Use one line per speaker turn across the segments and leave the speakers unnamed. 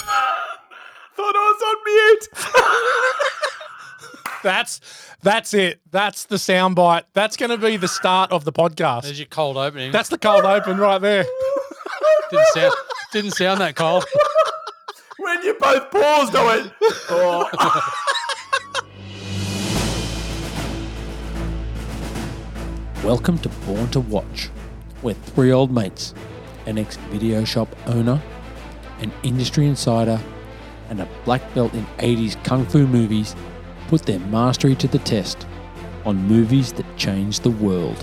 Thought I was on mute.
That's that's it. That's the soundbite. That's going to be the start of the podcast.
There's your cold opening.
That's the cold open right there.
didn't sound didn't sound that cold.
when you both paused, I went. Oh.
Welcome to Born to Watch, where three old mates, an ex video shop owner, an industry insider, and a black belt in 80s kung fu movies put their mastery to the test on movies that changed the world.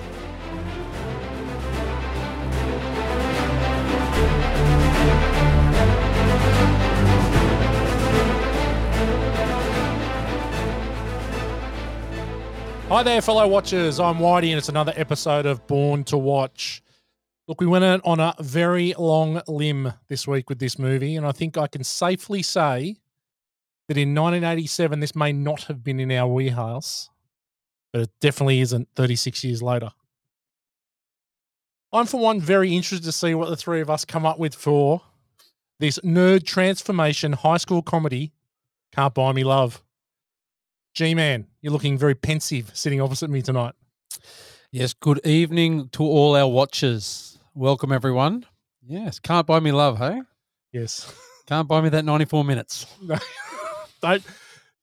Hi there, fellow watchers. I'm Whitey, and it's another episode of Born to Watch. Look, we went out on a very long limb this week with this movie, and I think I can safely say that in 1987, this may not have been in our wheelhouse, but it definitely isn't 36 years later. I'm, for one, very interested to see what the three of us come up with for this nerd transformation high school comedy, Can't Buy Me Love. G Man, you're looking very pensive sitting opposite me tonight.
Yes, good evening to all our watchers. Welcome everyone. Yes, can't buy me love, hey?
Yes.
Can't buy me that 94 minutes.
Don't,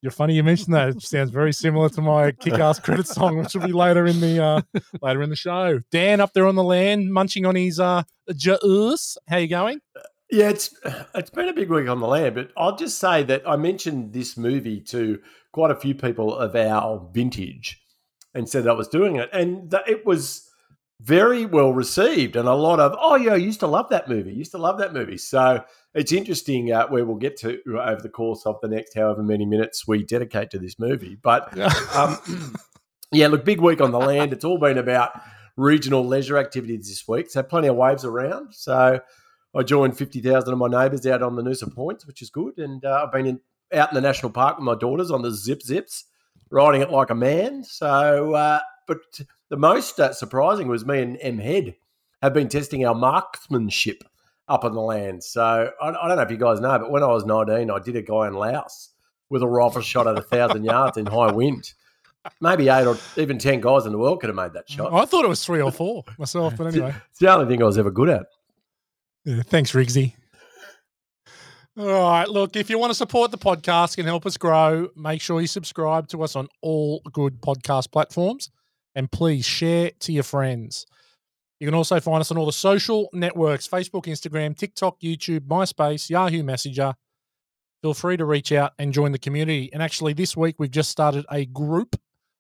you're funny you mentioned that. It sounds very similar to my kick ass credit song, which will be later in the uh, later in the show. Dan up there on the land, munching on his uh juice. How you going?
Yeah, it's it's been a big week on the land, but I'll just say that I mentioned this movie to quite a few people of our vintage, and said I was doing it, and that it was very well received, and a lot of oh yeah, I used to love that movie, used to love that movie. So it's interesting uh, where we'll get to over the course of the next however many minutes we dedicate to this movie, but um, yeah, look, big week on the land. It's all been about regional leisure activities this week. So plenty of waves around. So I joined 50,000 of my neighbours out on the Noosa Points, which is good. And uh, I've been in, out in the national park with my daughters on the Zip Zips, riding it like a man. So, uh, but the most uh, surprising was me and M Head have been testing our marksmanship up on the land. So I, I don't know if you guys know, but when I was 19, I did a guy in Laos with a rifle shot at a thousand yards in high wind. Maybe eight or even ten guys in the world could have made that shot.
I thought it was three or four myself, but anyway.
It's the only thing I was ever good at.
Yeah, thanks, Riggsy. All right. Look, if you want to support the podcast and help us grow, make sure you subscribe to us on all good podcast platforms and please share to your friends. You can also find us on all the social networks Facebook, Instagram, TikTok, YouTube, MySpace, Yahoo Messenger. Feel free to reach out and join the community. And actually, this week we've just started a group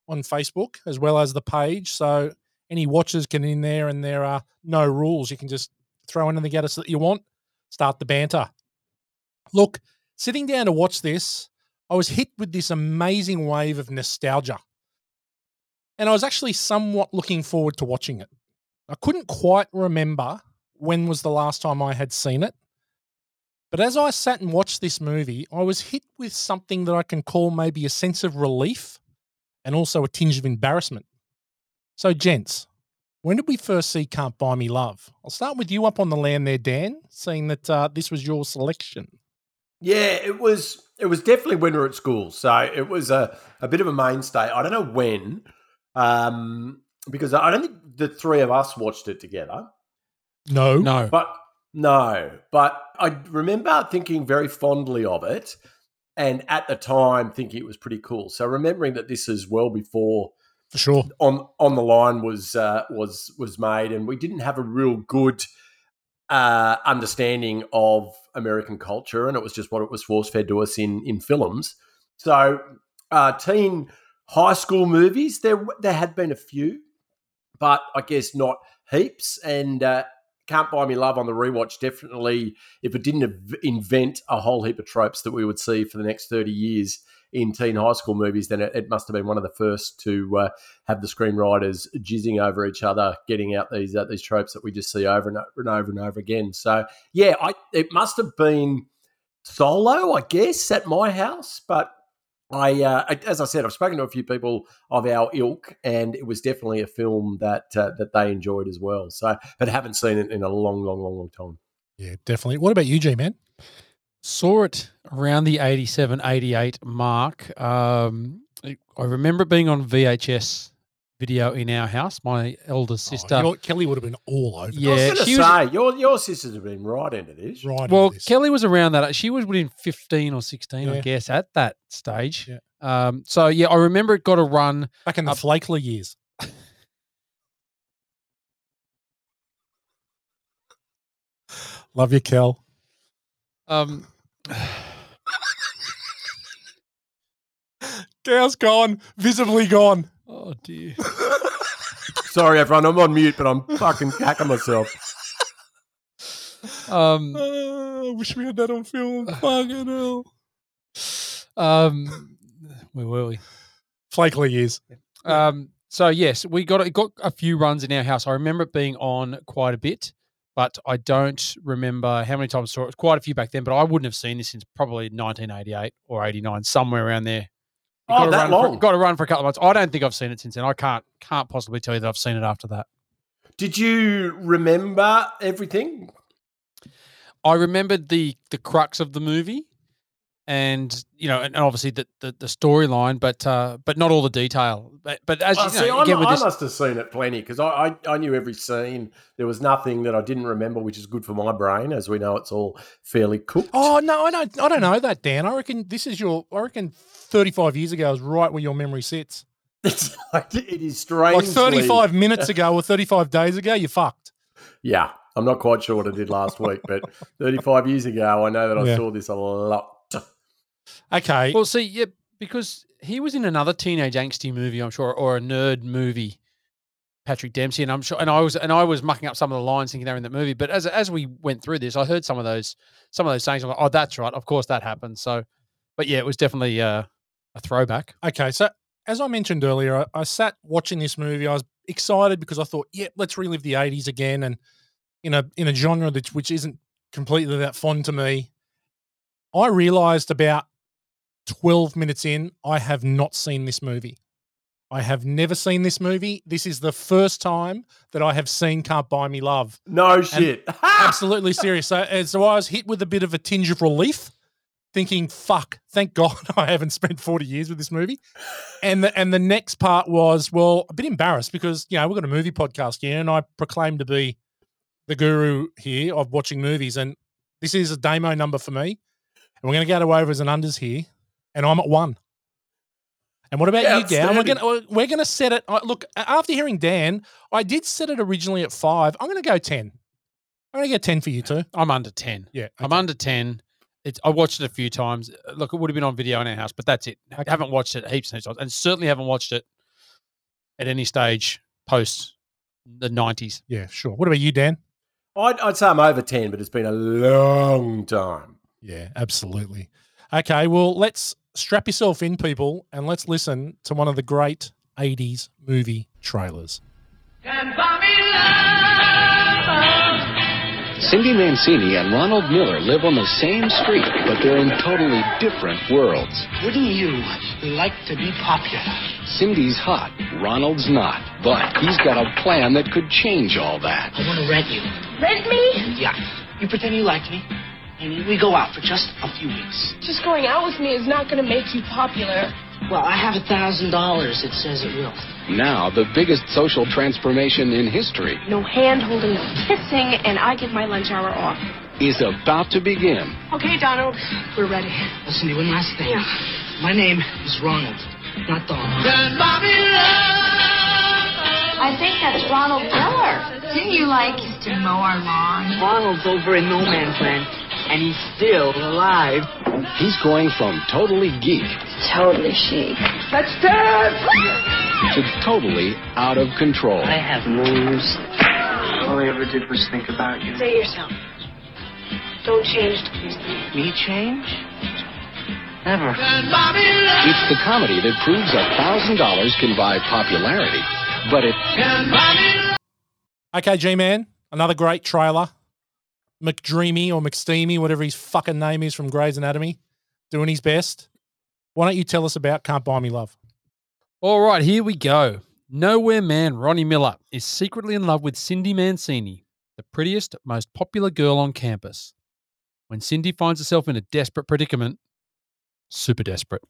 on Facebook as well as the page. So any watchers can in there, and there are no rules. You can just throw anything at us that you want, start the banter. Look, sitting down to watch this, I was hit with this amazing wave of nostalgia. And I was actually somewhat looking forward to watching it. I couldn't quite remember when was the last time I had seen it. But as I sat and watched this movie, I was hit with something that I can call maybe a sense of relief and also a tinge of embarrassment. So, gents, when did we first see Can't Buy Me Love? I'll start with you up on the land there, Dan, seeing that uh, this was your selection.
Yeah, it was it was definitely when we were at school. So it was a, a bit of a mainstay. I don't know when, um, because I don't think the three of us watched it together.
No.
No.
But no, but I remember thinking very fondly of it, and at the time thinking it was pretty cool. So remembering that this is well before
For sure.
on on the line was uh, was was made, and we didn't have a real good uh, understanding of American culture, and it was just what it was force fed to us in in films. So, uh, teen high school movies there w- there had been a few, but I guess not heaps. And uh, can't buy me love on the rewatch definitely. If it didn't ev- invent a whole heap of tropes that we would see for the next thirty years in teen high school movies, then it, it must have been one of the first to uh, have the screenwriters jizzing over each other, getting out these uh, these tropes that we just see over and over and over and over again. So yeah, I it must have been solo, I guess, at my house, but I, uh, I- as I said, I've spoken to a few people of our ilk, and it was definitely a film that uh, that they enjoyed as well. So, but haven't seen it in a long, long, long, long time.
Yeah, definitely. What about you, G man?
Saw it around the 87, 88 mark. Um, I I remember it being on VHS video in our house. My elder sister.
Oh, you know, Kelly would have been all over.
yeah,
I was going
she
to
was-
say your your sisters have been right into this.
this, Right.
Well,
into this.
Kelly was around that. She was within 15 or 16, I
Yeah.
guess, at that stage.
Yeah.
Um, so, yeah, I remember it got a run.
back in the
up-
Flakely years. Love you, Kel.
Um,
Kel's gone, visibly gone.
oh, dear.
Sorry, everyone, I'm on mute, but I'm fucking cacking myself.
Um,
Ah, I wish we had that on film. Fucking hell.
um, where were we?
Flakely years.
Um, so yes, we got it got a few runs in our house. I remember it being on quite a bit, but I don't remember how many times I saw it. It was quite a few back then, but I wouldn't have seen this since probably 1988 or 89, somewhere around there.
Oh, that
run
long.
got to run for a couple of months. I don't think I've seen it since then. I can't can't possibly tell you that I've seen it after that.
Did you remember everything?
I remembered the the crux of the movie, and you know, and obviously the the, the storyline, but uh, but not all the detail. But but as
Oh,
you
see,
know,
I'm-
again with
I
this,
must have seen it plenty because I, I, I knew every scene. There was nothing that I didn't remember, which is good for my brain. As we know, it's all fairly cooked.
Oh no, I don't. I don't know that, Dan. I reckon this is your. I reckon thirty-five years ago is right where your memory sits.
It's like, it is strange.
Like thirty-five minutes ago or thirty-five days ago, you fucked.
Yeah, I'm not quite sure what I did last week, but 35 years ago, I know that I
Yeah.
saw this a lot.
Okay.
Well, see, yeah, because he was in another teenage angsty movie, I'm sure, or a nerd movie, Patrick Dempsey, and I'm sure, and I was and I was mucking up some of the lines thinking they were in that movie. But as as we went through this, I heard some of those some of those sayings. I'm like, oh, that's right, of course that happened. So, but yeah, it was definitely uh, a throwback.
Okay, so as I mentioned earlier, I, I sat watching this movie. I was excited because I thought, yeah, let's relive the '80s again, and in a in a genre that which isn't completely that fond to me. I realised about twelve minutes in, I have not seen this movie. I have never seen this movie. This is the first time that I have seen "Can't Buy Me Love."
No shit.
Absolutely serious. So, and so I was hit with a bit of a tinge of relief, thinking, "Fuck, thank God I haven't spent forty years with this movie." And the, and the next part was, well, a bit embarrassed because you know we've got a movie podcast here, and I proclaim to be the guru here of watching movies, and this is a demo number for me, and we're going to go to overs and unders here, and I'm at one. And what about you, Dan? We're
Outstanding.
going we're going to set it. I- Look, a- after hearing Dan, I did set it originally at five. I'm going to go ten. I'm going to go ten for you two.
I'm under ten.
Yeah,
I'm under ten. It's, I watched it a few times. Uh, Look, it would have been on video in our house, but that's it. I
Okay.
haven't watched it heaps and heaps of times, and certainly haven't watched it at any stage post the nineties.
Yeah, sure. What about you, Dan?
I'd, I'd say I'm over 10, but it's been a long time.
Yeah, absolutely. Okay, well, let's strap yourself in, people, and let's listen to one of the great 80s movie trailers.
Can buy me love.
Cindy Mancini and Ronald Miller live on the same street, but they're in totally different worlds.
Wouldn't you like to be popular?
Cindy's hot, Ronald's not, but he's got a plan that could change all that.
I want to rent you.
Rent me?
Yeah. You pretend you like me, and we go out for just a few weeks.
Just going out with me is not going to make you popular.
Well, I have a thousand dollars. It says it will.
Now, the biggest social transformation in history
No hand holding, no kissing, and I get my lunch hour off.
is about to begin.
Okay, Donald, we're ready.
Listen to one last thing.
Yeah.
My name is Ronald, not Donald.
I think that's Ronald Miller. Didn't you like to mow our lawn?
Ronald's over in No Man's Land, and he's still alive.
He's going from totally geek
Totally chic.
Let's dance!
to totally out of control.
I have no rules. All I ever did was think about you.
Say yourself. Don't change to please me.
Me change? Never.
It's the comedy that proves $1,000 can buy popularity, but it
Okay, G Man, another great trailer. McDreamy or McSteamy, whatever his fucking name is from Grey's Anatomy, doing his best. Why don't you tell us about Can't Buy Me Love?
All right, here we go. Nowhere man Ronnie Miller is secretly in love with Cindy Mancini, the prettiest, most popular girl on campus. When Cindy finds herself in a desperate predicament, super desperate,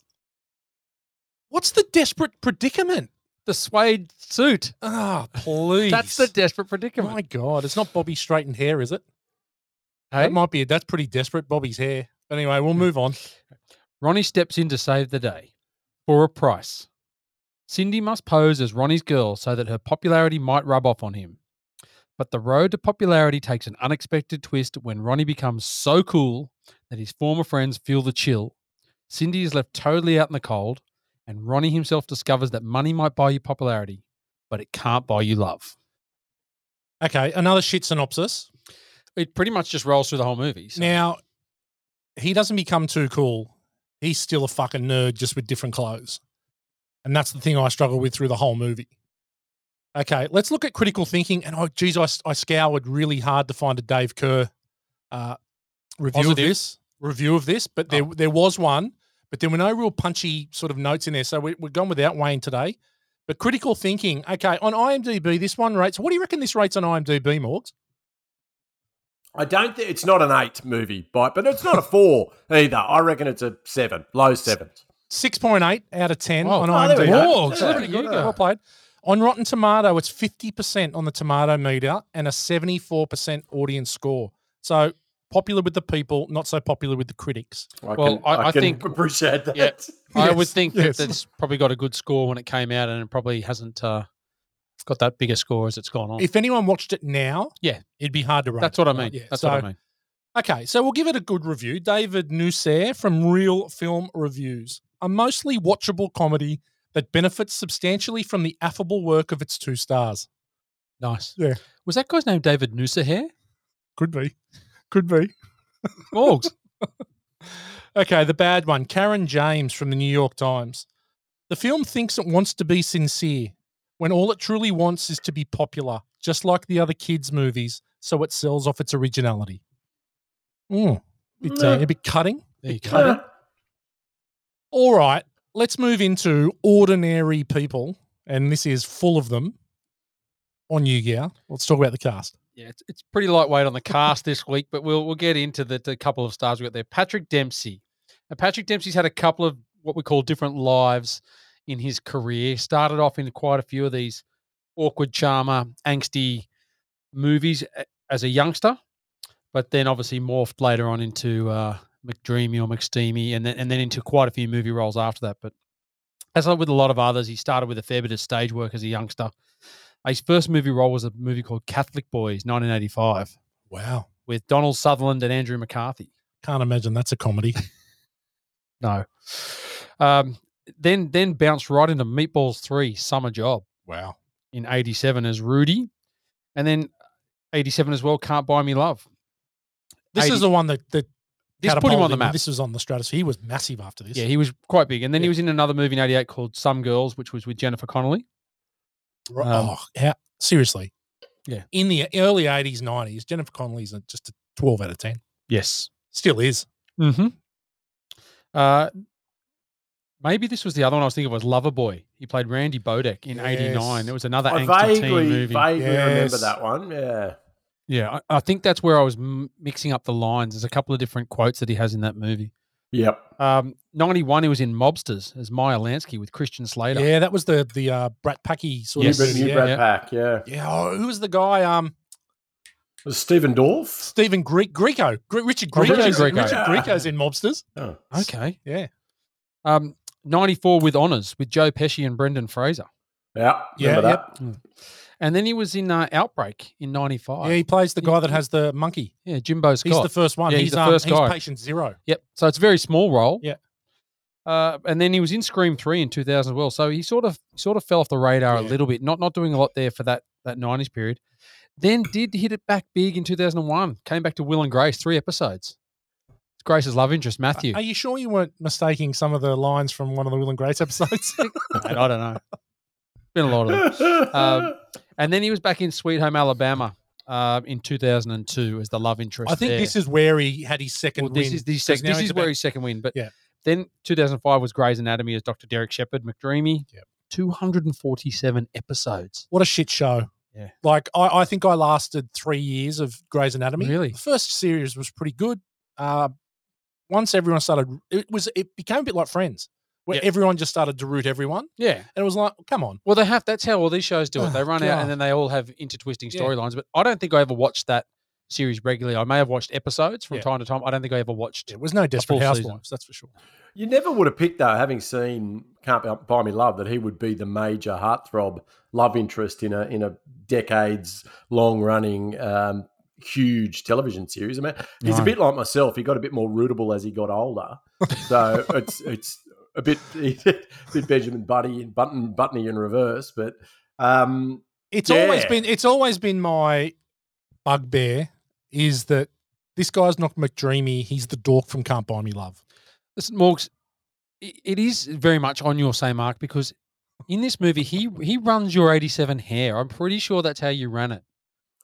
What's the desperate predicament?
the suede suit.
Ah, please.
That's the desperate
My
predicament.
God, it's not Bobby straightened hair, is it?
Hey?
That might be. That's pretty desperate. Bobby's hair. Anyway, we'll move on.
Ronnie steps in to save the day for a price. Cindy must pose as Ronnie's girl so that her popularity might rub off on him. But the road to popularity takes an unexpected twist when Ronnie becomes so cool that his former friends feel the chill. Cindy is left totally out in the cold, and Ronnie himself discovers that money might buy you popularity, but it can't buy you love.
Okay, another shit synopsis.
It pretty much just rolls through the whole movie. so-
Now, he doesn't become too cool. He's still a fucking nerd, just with different clothes. And that's the thing I struggle with through the whole movie. Okay, let's look at critical thinking. And oh, geez, I, I scoured really hard to find a Dave Kerr uh, review
Positive. Oh.
of this. Review of this, but there there was one, but there were no real punchy sort of notes in there. So we, we're gone without Wayne today. But critical thinking, okay, on IMDb, this one rates. What do you reckon this rates on IMDb, Morgs?
I don't think it's not an eight movie, but but it's not a four either. I reckon it's a seven, low sevens.
Six point eight out of ten
Oh,
on
oh, there we
IMDb.
go.
Whoa,
Yeah,
so look
there
at
you
you
go.
Well played. On Rotten Tomato, it's fifty percent on the tomato meter and a seventy-four percent audience score. So popular with the people, not so popular with the critics.
I
Well,
can,
I- I
can
think-
appreciate that.
Yeah. I would
Yes,
think
yes.
that it's probably got a good score when it came out, and it probably hasn't uh, got that bigger score as it's gone on.
If anyone watched it now,
Oh. Yeah.
it'd be hard to rate.
That's what I
it,
mean.
right? Yeah,
That's
so-
what I mean.
Okay, so we'll give it a good review. David Nusser from Real Film Reviews. A mostly watchable comedy that benefits substantially from the affable work of its two stars.
Nice.
Yeah.
Was that guy's name David Nusahair?
Could be. Could be.
Morgs.
Okay, the bad one. Karen James from the New York Times. The film thinks it wants to be sincere when all it truly wants is to be popular, just like the other kids' movies, so it sells off its originality. Mm, it's uh, a bit cutting.
There you go.
Uh,
All right, let's move into ordinary people, and this is full of them on Yu Gi Oh! Let's talk about the cast.
Yeah, it's, it's pretty lightweight on the cast this week, but we'll we'll get into the, the couple of stars we got there. Patrick Dempsey. Now, Patrick Dempsey's had a couple of what we call different lives in his career. Started off in quite a few of these awkward, charmer, angsty movies a- as a youngster, but then obviously morphed later on into uh, McDreamy or McSteamy, and then and then into quite a few movie roles after that. But as with a lot of others, he started with a fair bit of stage work as a youngster. His first movie role was a movie called Catholic Boys, 1985,
Wow.
with Donald Sutherland and Andrew McCarthy.
Can't imagine that's a comedy.
No. Um, then then bounced right into Meatballs 3, Summer Job
wow.
in 87 as Rudy. And then 87 as well, Can't Buy Me Love.
This
80
is the one that, that
This put him on the
catapulted
map.
This was on the stratosphere. He was massive after this.
Yeah, he was quite big. And then
Yeah.
he was in another movie in 88 called Some Girls, which was with Jennifer Connelly.
Ro-
Um,
oh, how, seriously.
Yeah.
In the early 80s, 90s, Jennifer Connelly's a- just a 12 out of 10.
Yes.
Still is.
Mm-hmm. Uh, maybe this was the other one I was thinking of was Loverboy. He played Randy Bodek in 89.
Yes. Oh,
It was another
I
angsty teen
vaguely,
movie.
vaguely remember
Yes.
that one. Yeah.
Yeah, I, I think that's where I was m- mixing up the lines. There's a couple of different quotes that he has in that movie.
Yep.
Um, 91, he was in Mobsters as Maya Lansky with Christian Slater.
Yeah, that was the the uh, Brat Packy sort
Yes.
New,
of
Br- new
yeah.
Brad
yeah.
Pack. Yeah.
yeah, oh, who was the guy? Um,
Was Stephen Dorff.
Stephen Greek Greco, Gre- Richard
Oh,
Greco,
Richard
Richard,
Grieco.
Grieco's in Mobsters.
Oh.
Okay.
Yeah,
Um, 94 with Honours with Joe Pesci and Brendan Fraser. Hmm.
Yeah.
Yeah,
Remember that.
And then he was in uh, Outbreak in 95.
yeah, he plays the guy that has the monkey.
Yeah, Jimbo Scott.
He's the first one.
Yeah,
he's,
he's the
um,
first
he's
guy.
patient zero.
Yep. So it's a very small role.
Yeah.
Uh, and then he was in Scream Three in 2000 as well. So he sort of sort of fell off the radar a
Yeah.
little bit. Not not doing a lot there for that that 90s period. Then did hit it back big in 2001. Came back to Will and Grace three episodes. It's Grace's love interest Matthew.
Are you sure you weren't mistaking some of the lines from one of the Will and Grace episodes?
Mate, I don't know. Been a lot of them. Um, And then he was back in Sweet Home Alabama uh, in 2002 as the love interest.
I think
there.
this is where he had his second
Well, this
win,
is the
'cause
second.
now
This
he's
is
about-
where his second win, but
Yeah.
Then 2005 was Grey's Anatomy as Dr. Derek Shepherd McDreamy.
Yep.
247 episodes.
What a shit show.
Yeah.
Like I, I think I lasted three years of Grey's Anatomy.
Really?
The first series was pretty good. Uh, once everyone started, it was it became a bit like Friends, where
Yep.
everyone just started to root everyone,
Yeah.
and it was like, come on,
Well, they have. That's how all these shows do it. They
Oh,
run out
God.
and then they all have intertwisting
Yeah.
storylines. But I don't think I ever watched that series regularly. I may have watched episodes from
Yeah.
time to time. I don't think I ever watched.
it was no Desperate
full
Housewives,
season.
that's for sure.
You never would have picked, though, having seen Can't Bu- Buy Me Love, that he would be the major heartthrob love interest in a in a decades long running um, huge television series. I mean, he's a
No.
bit like myself. He got a bit more rootable as he got older, so it's it's a bit a bit Benjamin Buddy and Button Buttony in reverse, but. Um,
It's always
Yeah.
been it's always been my bugbear is that this guy's not McDreamy. He's the dork from Can't Buy Me Love.
Listen, Morgs, i- it is very much on your same mark because in this movie, he he runs your 87 hair. I'm pretty sure that's how you ran it.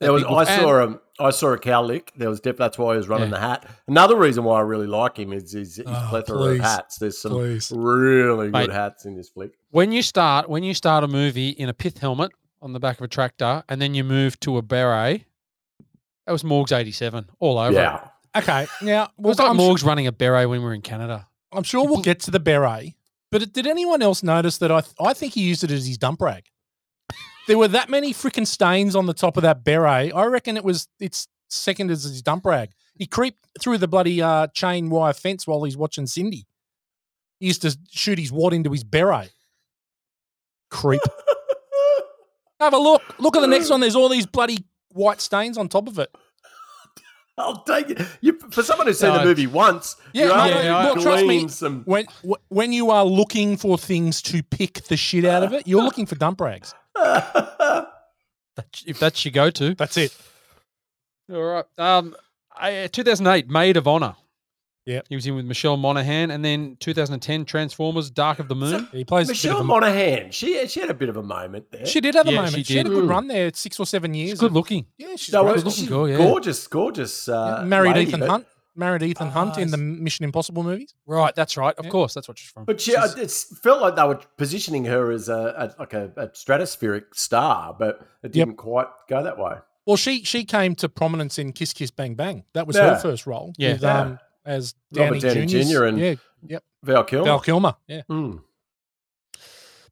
There was,
That people-
I saw a I saw a cow lick. There was def, that's why he was running
Yeah.
the hat. Another reason why I really like him is his, his
Oh,
plethora
please.
of hats. There's some
Please.
really
Mate.
good hats in this flick.
when you start when you start a movie in a pith helmet on the back of a tractor and then you move to a beret that was morg's 87 all over it.
Yeah,
Okay. Now
it
well,
was like
I'm,
morg's running a beret when we were in canada
I'm sure we'll get to the beret, but it- did anyone else notice that I th- I think he used it as his dump rag? there were that many freaking stains on the top of that beret. I reckon it was it's second as his dump rag. He creeped through the bloody uh, chain wire fence while he's watching Cindy. He used to shoot his wad into his beret. Creep. Have a look. Look at the next one. There's all these bloody white stains on top of it.
I'll take it. You, for someone who's seen
No.
the movie once,
Yeah,
you're
no,
able
no,
to
well,
trust me,
glean Some,
When wh- when you are looking for things to pick the shit out of it, you're looking for dump rags.
That- if that's your go-to
That's it.
all right um I, 2008 maid of honor
Yep.
he was in with michelle monaghan and then 2010 transformers dark of the moon
He plays. a bit
Michelle
of a-
Monaghan, she she had a bit of a moment there.
she did have a
Yeah,
moment.
she
She, had a
did.
good
Mm.
run there, six or seven years.
he's good looking
yeah, she's
No,
great.
she's
looking girl, yeah.
gorgeous, gorgeous. Uh,
married
lady,
Ethan
but-
Hunt. Married Ethan Hunt in
Ah,
the Mission Impossible movies.
right that's right of
Yeah.
course that's what she's from
But she, uh,
She's-
it felt like they were positioning her as a, a like a, a stratospheric star, but it
Yep.
didn't quite go that way.
Well, she she came to prominence in Kiss Kiss Bang Bang. That was her
Yeah.
first role.
Yeah.
with,
Yeah.
um, as Danny,
Robert Downey
Jr.'s-
Jr. and-
yeah,
Val Kilmer.
Val Kilmer. Yeah,
Mm.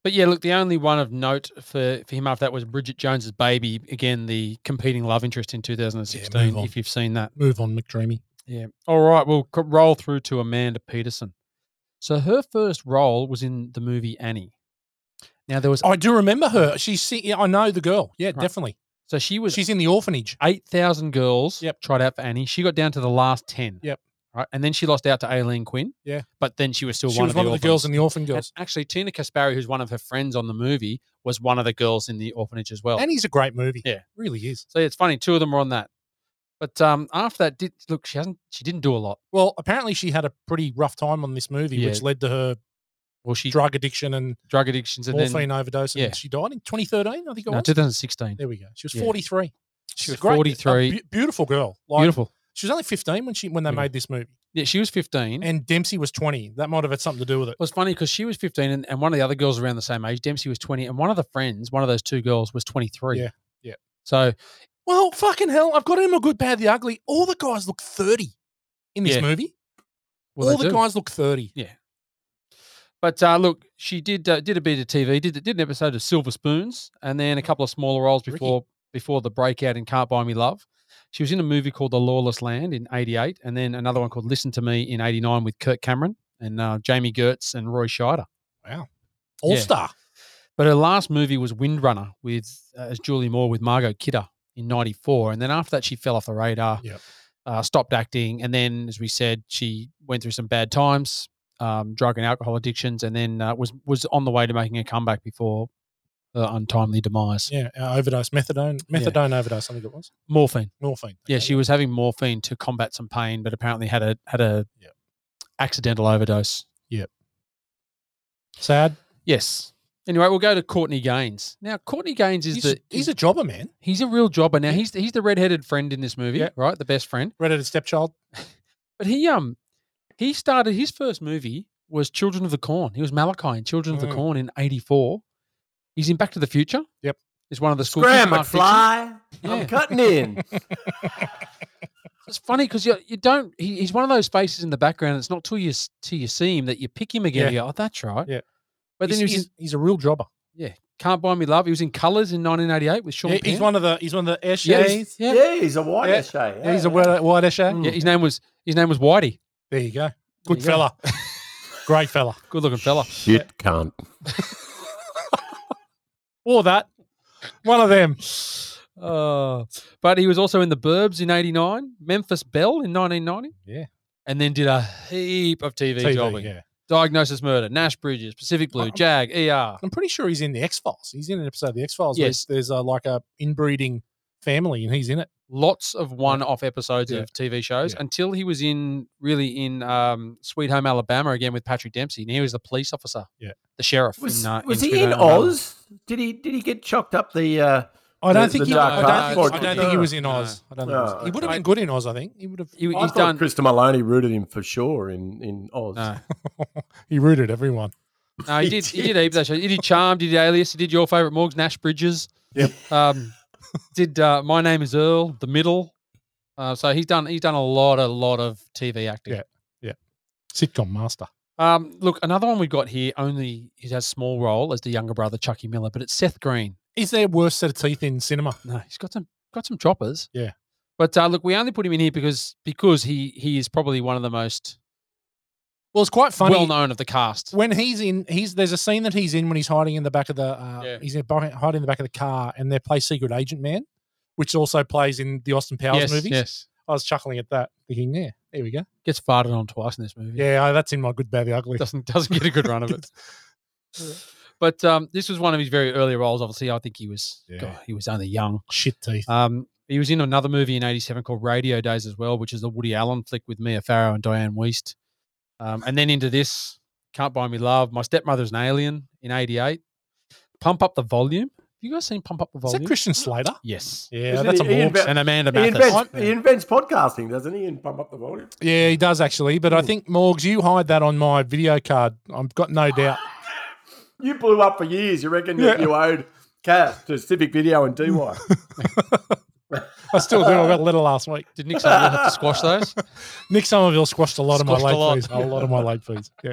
But yeah, look, the only one of note for, for him after that was Bridget Jones's baby. Again, the competing love interest in 2016.
on.
if you've seen that,
move on, McDreamy.
yeah. All right, we'll c- roll through to Amanda Peterson. So her first role was in the movie Annie. Now there was
I do remember her. She's. se- Yeah, I know the girl. Yeah, definitely.
so she was
She's in the orphanage.
eight thousand girls
Yep.
tried out for Annie. She got down to the last ten.
Yep.
Right, and then she lost out to Aileen Quinn.
Yeah.
but then she was still
She
one
was
of
one
the
of the girls
orphans.
in the orphan
And
girls.
actually, Tina Kaspari, who's one of her friends on the movie, was one of the girls in the orphanage as well.
And he's a great movie.
Yeah.
really is.
So yeah, it's funny. Two of them were on that. But um, after that, did look she hasn't she didn't do a lot.
Well, apparently she had a pretty rough time on this movie,
Yeah.
which led to her
Well, she drug,
drug addiction and
addictions and
morphine
then
overdose, and
yeah.
she died in 2013. I think it
no,
was.
2016.
there we go. She was
Yeah.
43.
She
She's
was
great. A
43.
beau- beautiful girl. Like,
Beautiful.
She was only 15 when she when they
Yeah.
made this movie,
Yeah, she was 15. And-
and Dempsey was 20. That might have had something to do with it.
it was funny because she was 15 and, and one of the other girls around the same age, Dempsey was 20, and one of the friends, one of those two girls, was 23.
Yeah, yeah.
So
Well, fucking hell! I've got him a good, bad, the ugly. All the guys look 30 in this
Yeah.
movie.
well,
All
they
the
do.
guys look 30.
But uh, look, she did uh, did a bit of TV, did did an episode of Silver Spoons, and then a couple of smaller roles
Ricky.
before before the breakout in Can't Buy Me Love. She was in a movie called The Lawless Land in '88, and then another one called Listen to Me in '89 with Kurt Cameron and uh, Jamie Gertz and Roy Scheider.
All
Yeah.
star.
But her last movie was Windrunner with uh, as Julie Moore with Margot Kidder in '94, and then after that she fell off the radar,
Yep.
uh, stopped acting, and then, as we said, she went through some bad times, um, drug and alcohol addictions, and then uh, was was on the way to making a comeback before her untimely demise.
Yeah, uh, overdose, methadone, methadone overdose. I think it was
Morphine.
morphine.
Yeah,
Okay.
she was having morphine to combat some pain, but apparently had a had a
Yep.
accidental overdose.
sad.
Yes. Anyway, we'll go to Courtney Gaines. Now, Courtney Gaines is
He's,
the
he's a jobber man.
He's a real jobber now. He's the, he's the redheaded friend in this movie,
Yeah.
right? The best friend.
Redheaded stepchild.
But he um he started his first movie was Children of the Corn. He was Malachi in Children of
Mm.
the Corn in '84. He's in Back to the Future.
Yep.
He's one of the school. kids,
Graham
Mark Dixon.
McFly,
Yeah.
I'm cutting in.
It's funny because you, you don't. He, he's one of those faces in the background. It's not till you s- till you see him that you pick him again.
Yeah.
You go, oh, that's right.
Yeah.
But
he's,
then he was in
he's- he's a real jobber.
Can't Buy Me Love. He was in Colors in 1988 with Sean
Yeah,
Penn.
he's one of the he's one of the
yeah,
Eshays.
he's- yeah.
Yeah, he's a white
Yeah.
yeah.
Yeah, he's a white, white Eshay.
Yeah, his name was his name was Whitey.
There you go. Good
you go.
fella. Great fella.
Good looking fella.
Shit cunt.
Or that. One of them.
Uh, but he was also in The Burbs in 89, Memphis Belle in 1990.
Yeah.
And then did a heap of TV,
TV,
jobbing.
yeah. Oh.
Diagnosis Murder, Nash Bridges, Pacific Blue, Jag, ER.
I'm pretty sure he's in the X Files. He's in an episode of the X Files.
Yes.
There's, a, like a inbreeding family, and he's in it.
Lots of one off episodes
Yeah.
of TV shows
Yeah.
until he was in really in um, Sweet Home Alabama again with Patrick Dempsey. And he was the police officer.
Yeah.
The sheriff.
Was,
in, uh,
was
Sweet
he in
Home Alabama.
Oz? Did he did he get chalked up the uh,
I
The-
don't think
the
he.
Dark
I don't, think,
Knight?
I don't think he was in
No.
Oz. I don't think he, was.
No,
he would have
okay.
been good in Oz. I think he would have.
He-
I
he's
thought
done.
Krista Maloney rooted him for sure in in Oz.
No,
He rooted everyone.
no, he
He
did. He did heaps of those shows. He did Charmed. He did Alias. He did your favorite Morgs, Nash Bridges.
Yep.
Um, did uh, My Name Is Earl, The Middle. Uh, so he's done. He's done a lot, a lot of TV acting.
Yeah. Sitcom master.
Um, look, another one we've got here. Only he has small role as the younger brother Chucky Miller, but it's Seth Green.
Is there a worse set of teeth in cinema?
No, he's got some got some choppers.
Yeah.
But uh, look, we only put him in here because because he he is probably one of the most
Well, it's quite funny.
well known of the cast.
when he's in, he's there's a scene that he's in when he's hiding in the back of the uh,
Yeah.
he's in, hiding in the back of the car, and they play Secret Agent Man, which also plays in the Austin Powers
yes,
movies.
yes.
I was chuckling at that, thinking, yeah, there we go.
Gets farted on twice in this movie.
Yeah, I- that's in my good, bad, the ugly.
doesn't doesn't get a good run of it. But um, this was one of his very early roles. Obviously, I think he was
Yeah.
God, he was only young.
Shit teeth.
Um, he was in another movie in '87 called Radio Days as well, which is the Woody Allen flick with Mia Farrow and Diane Weist. Um, and then into this Can't Buy Me Love, My Stepmother's an Alien in '88. Pump Up the Volume. Have you guys seen Pump Up the
Is
Volume?
that Christian Slater?
Yes.
Yeah,
Isn't
that's a
he- he
morb.
invent-
And Amanda
He
Mathis.
invents, he invents podcasting, doesn't he? And pump up the volume.
Yeah, he does actually. But I
Mm.
think Morgs, you hide that on my video card. I've got no doubt.
You blew up for years. You reckon that
Yeah.
you owed cash to Civic Video and DY.
I still do. I got a letter last week.
Did Nick Sutherland have to squash those?
Nick Somerville squashed a lot of
Squashed a
my late
lot.
fees. A lot of my late fees. Yeah.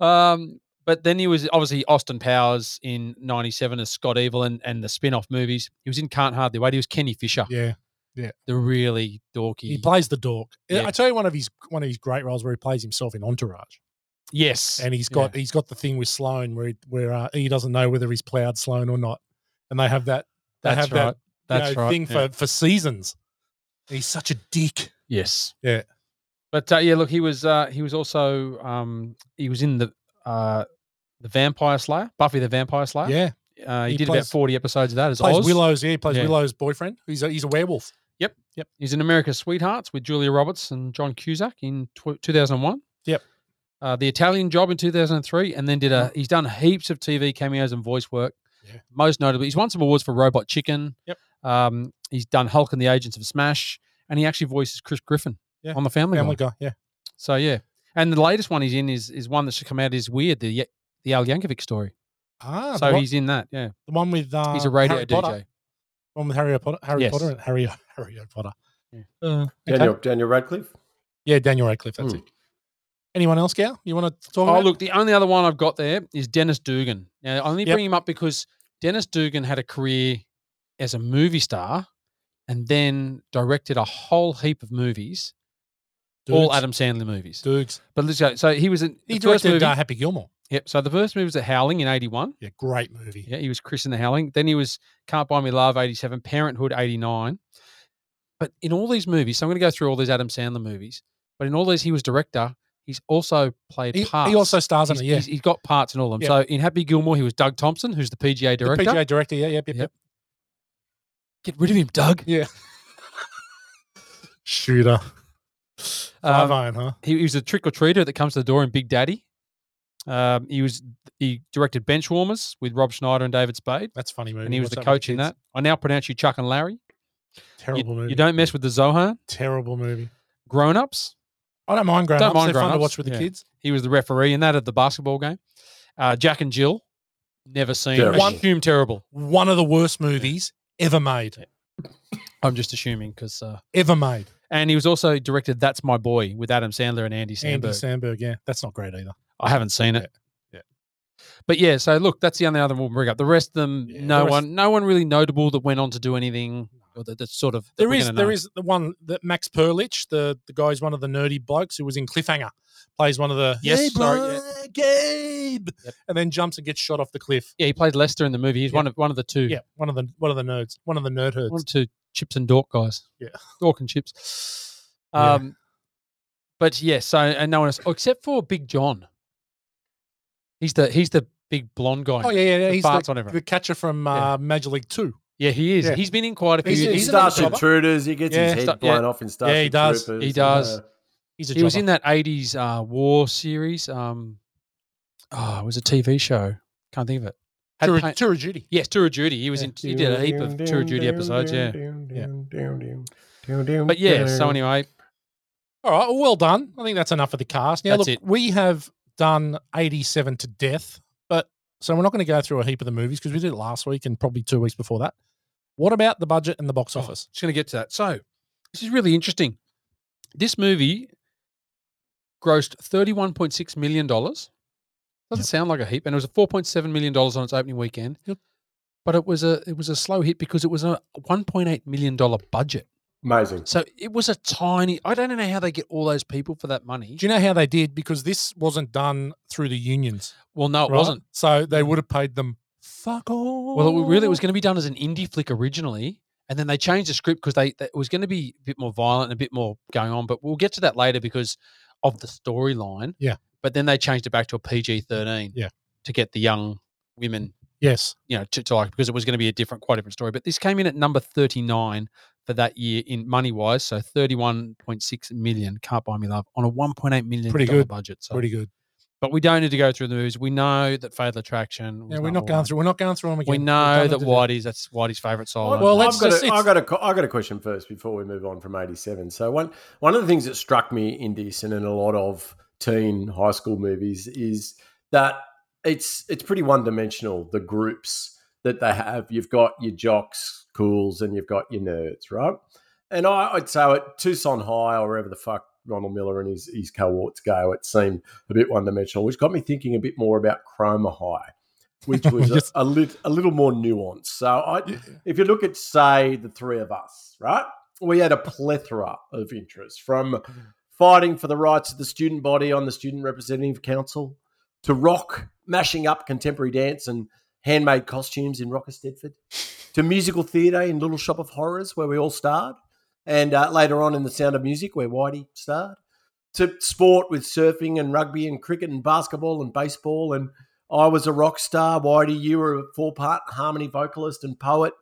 Um, but then he was obviously Austin Powers in '97 as Scott Evil and, and the spin off movies. He was in Can't Hardly Wait. He was Kenny Fisher,
Yeah.
the really dorky.
He plays the dork.
Mm. Yeah.
I tell you one of his one of his great roles where he plays himself in Entourage.
yes.
And he's got he's got the thing with Sloan where he, where uh, he doesn't know whether he's plowed Sloan or not. And they have that they
That's
have
right.
that you
That's
know,
right.
thing
yeah.
for, for seasons. He's such a dick.
yes.
Yeah.
But uh, yeah, look, he was uh, he was also um, he was in the uh, the Vampire Slayer, Buffy the Vampire Slayer.
Yeah.
Uh, he,
He
did about
plays-
forty episodes of that as
Plays
Oz.
Willow's yeah, he plays
Yeah.
Willow's boyfriend. He's a he's a werewolf.
He's in America's Sweethearts with Julia Roberts and John Cusack in tw- 2001.
Yep. Mm-hmm.
Uh, the Italian Job in 2003, and then did a. He's done heaps of TV cameos and voice work.
Yeah.
Most notably, he's won some awards for Robot Chicken.
Yep.
Um, he's done Hulk and the Agents of Smash, and he actually voices Chris Griffin
Yeah.
on the Family,
Family
Guy.
guy, yeah.
So yeah, and the latest one he's in is is one that should come out is weird. The Ye- the Al Yankovic story.
Ah, the
so
one-
he's in that. Yeah.
the one with uh,
He's a radio
Harry
DJ.
Potter, the one with Harry Potter, Harry
Yes.
Potter, and Harry Harry Potter.
Yeah.
Uh, okay.
Daniel Daniel Radcliffe.
yeah, Daniel Radcliffe. That's
Hmm.
it. Anyone else, Gal? You want to talk?
Oh,
about?
look, the only other one I've got there is Dennis Dugan. Now, I only
Yep.
bring him up because Dennis Dugan had a career as a movie star and then directed a whole heap of movies, all
Dudes.
Adam Sandler movies.
Dudes.
But let's go. So he was in
He
the first
directed
movie.
uh, Happy Gilmore.
Yep. So the first movie was at Howling in 81.
Yeah, great movie.
Yeah, he was Chris in the Howling. Then he was Can't Buy Me Love, 87, Parenthood, 89. But in all these movies, so I'm going to go through all these Adam Sandler movies, but in all these, he was director. He's also played
He,
parts.
he also stars in
He's-
it. Yeah,
he's- he's got parts in all of them.
Yep.
So in Happy Gilmore, he was Doug Thompson, who's the PGA
The
director.
PGA director. Yeah, yep, yep,
Yep.
yep.
Get rid of him, Doug.
Shooter. Five
Um,
iron, huh?
he, he was a trick or treater that comes to the door in Big Daddy. Um, he was he directed Benchwarmers with Rob Schneider and David Spade,
That's a funny movie.
and he was
What's
the
that with
coach in
kids?
that. I now pronounce you Chuck and Larry. You-
Terrible
you,
movie.
don't mess with the Zohan.
Terrible movie.
Grown ups.
I don't mind grown
Don't
ups.
mind
They're fun to
grown-ups,
watch with
yeah.
the kids.
He was the referee in that at the basketball game. Uh, Jack and Jill, never seen.
Terrible.
One assume terrible.
One of the worst movies ever made.
I'm just assuming because. Uh,
Ever made.
and he was also directed "That's My Boy" with Adam Sandler and Andy Samberg.
Andy Sandberg. Yeah, that's not great either.
I haven't seen it. Yeah. But yeah, so look, that's the only other one we'll bring up. The rest of them,
Yeah,
no
the rest-
one, no one really notable that went on to do anything. Or that, that's sort of that
There
we're
is
gonna
there
know.
is the one that Max Perlich, the the guy who's one of the nerdy blokes who was in Cliffhanger, plays one of the
Yes,
"Hey,
sorry,
bro, Gabe,
Yep.
and then jumps and gets shot off the cliff.
Yeah, he played Lester in the movie. He's one of one of the two.
Yeah, one of the one of the nerds, one of the nerd
one
herds.
of two chips and dork guys.
Yeah.
dork and chips.
Yeah.
Um, but yes, so and no one else oh, except for Big John. He's the he's the big blonde guy.
Oh yeah, yeah, yeah.
that
He's
farts
the,
on everyone.
the catcher from
Yeah.
uh, Major League Two.
Yeah, he is.
Yeah.
He's been in quite a few.
He's-
He's in
he's
he's-
an another
Starship
jobber.
Troopers. He gets
Yeah,
his head
Star-
blown off in Starship
does.
Troopers.
He does.
Yeah.
He's a
he was
jobber.
in that '80s uh, war series. Um, oh, it was a TV show. Can't think of it. Had
Tour,
Payne-
Tour of Duty.
yes, Tour of Duty. He was in. He did a heap of Tour of Duty episodes. Yeah,
yeah.
but yeah. So anyway,
All right, well, well done. I think that's enough of the cast. Now,
That's
look,
it.
we have done 87 to death, but so we're not going to go through a heap of the movies because we did it last week and probably two weeks before that. What about the budget and the box
Oh,
office?
just going to get to that. So this is really interesting. This movie grossed thirty-one point six million dollars. Doesn't sound like a heap, and it was a four point seven million dollars on its opening weekend. But it was a it was a slow hit because it was a one point eight million dollar budget.
Amazing.
So it was a tiny. I don't know how they get all those people for that money.
Do you know how they did? Because this wasn't done through the unions.
Well, no, Oh, it
right?
wasn't.
So they would have paid them fuck all.
Well, it w- really was going to be done as an indie flick originally, and then they changed the script because they, they- it was going to be a bit more violent and a bit more going on. But we'll get to that later because of the storyline.
Yeah.
But then they changed it back to a PG thirteen.
Yeah.
To get the young women,
Yes.
you know, to, to like because it was going to be a different, quite different story. But this came in at number thirty nine for that year in money wise, so thirty one point six million. Can't buy me love on a one point eight million
Pretty
dollar
good.
budget. So,
Pretty good.
but we don't need to go through the movies. We know that Fatal Attraction.
Yeah,
Was
we're
number
not going
one.
through. We're not going through them again.
We
We've
know
done
that
it to
Whitey's that's Whitey's favourite song.
Well,
Well,
let's
I've got,
just-
a,
it's-
I've got a co- I've got a question first before we move on from '87. So one one of the things that struck me in this and in a lot of teen high school movies is that it's it's pretty one dimensional. The groups that they have, you've got your jocks, cools, and you've got your nerds, right? And I, I'd say at Tucson High or wherever the fuck Ronald Miller and his his cohorts go, it seemed a bit one dimensional, which got me thinking a bit more about Chroma High. Which was
Yes.
a, a, lit, a little more nuanced. So I, if you look at say the three of us right we had a plethora of interests from fighting for the rights of the student body on the student representative council to rock mashing up contemporary dance and handmade costumes in rocker stedford to musical theatre in little shop of horrors where we all starred and uh, later on in the sound of music where whitey starred to sport with surfing and rugby and cricket and basketball and baseball and I was a rock star. Whitey, you were a four part harmony vocalist and poet.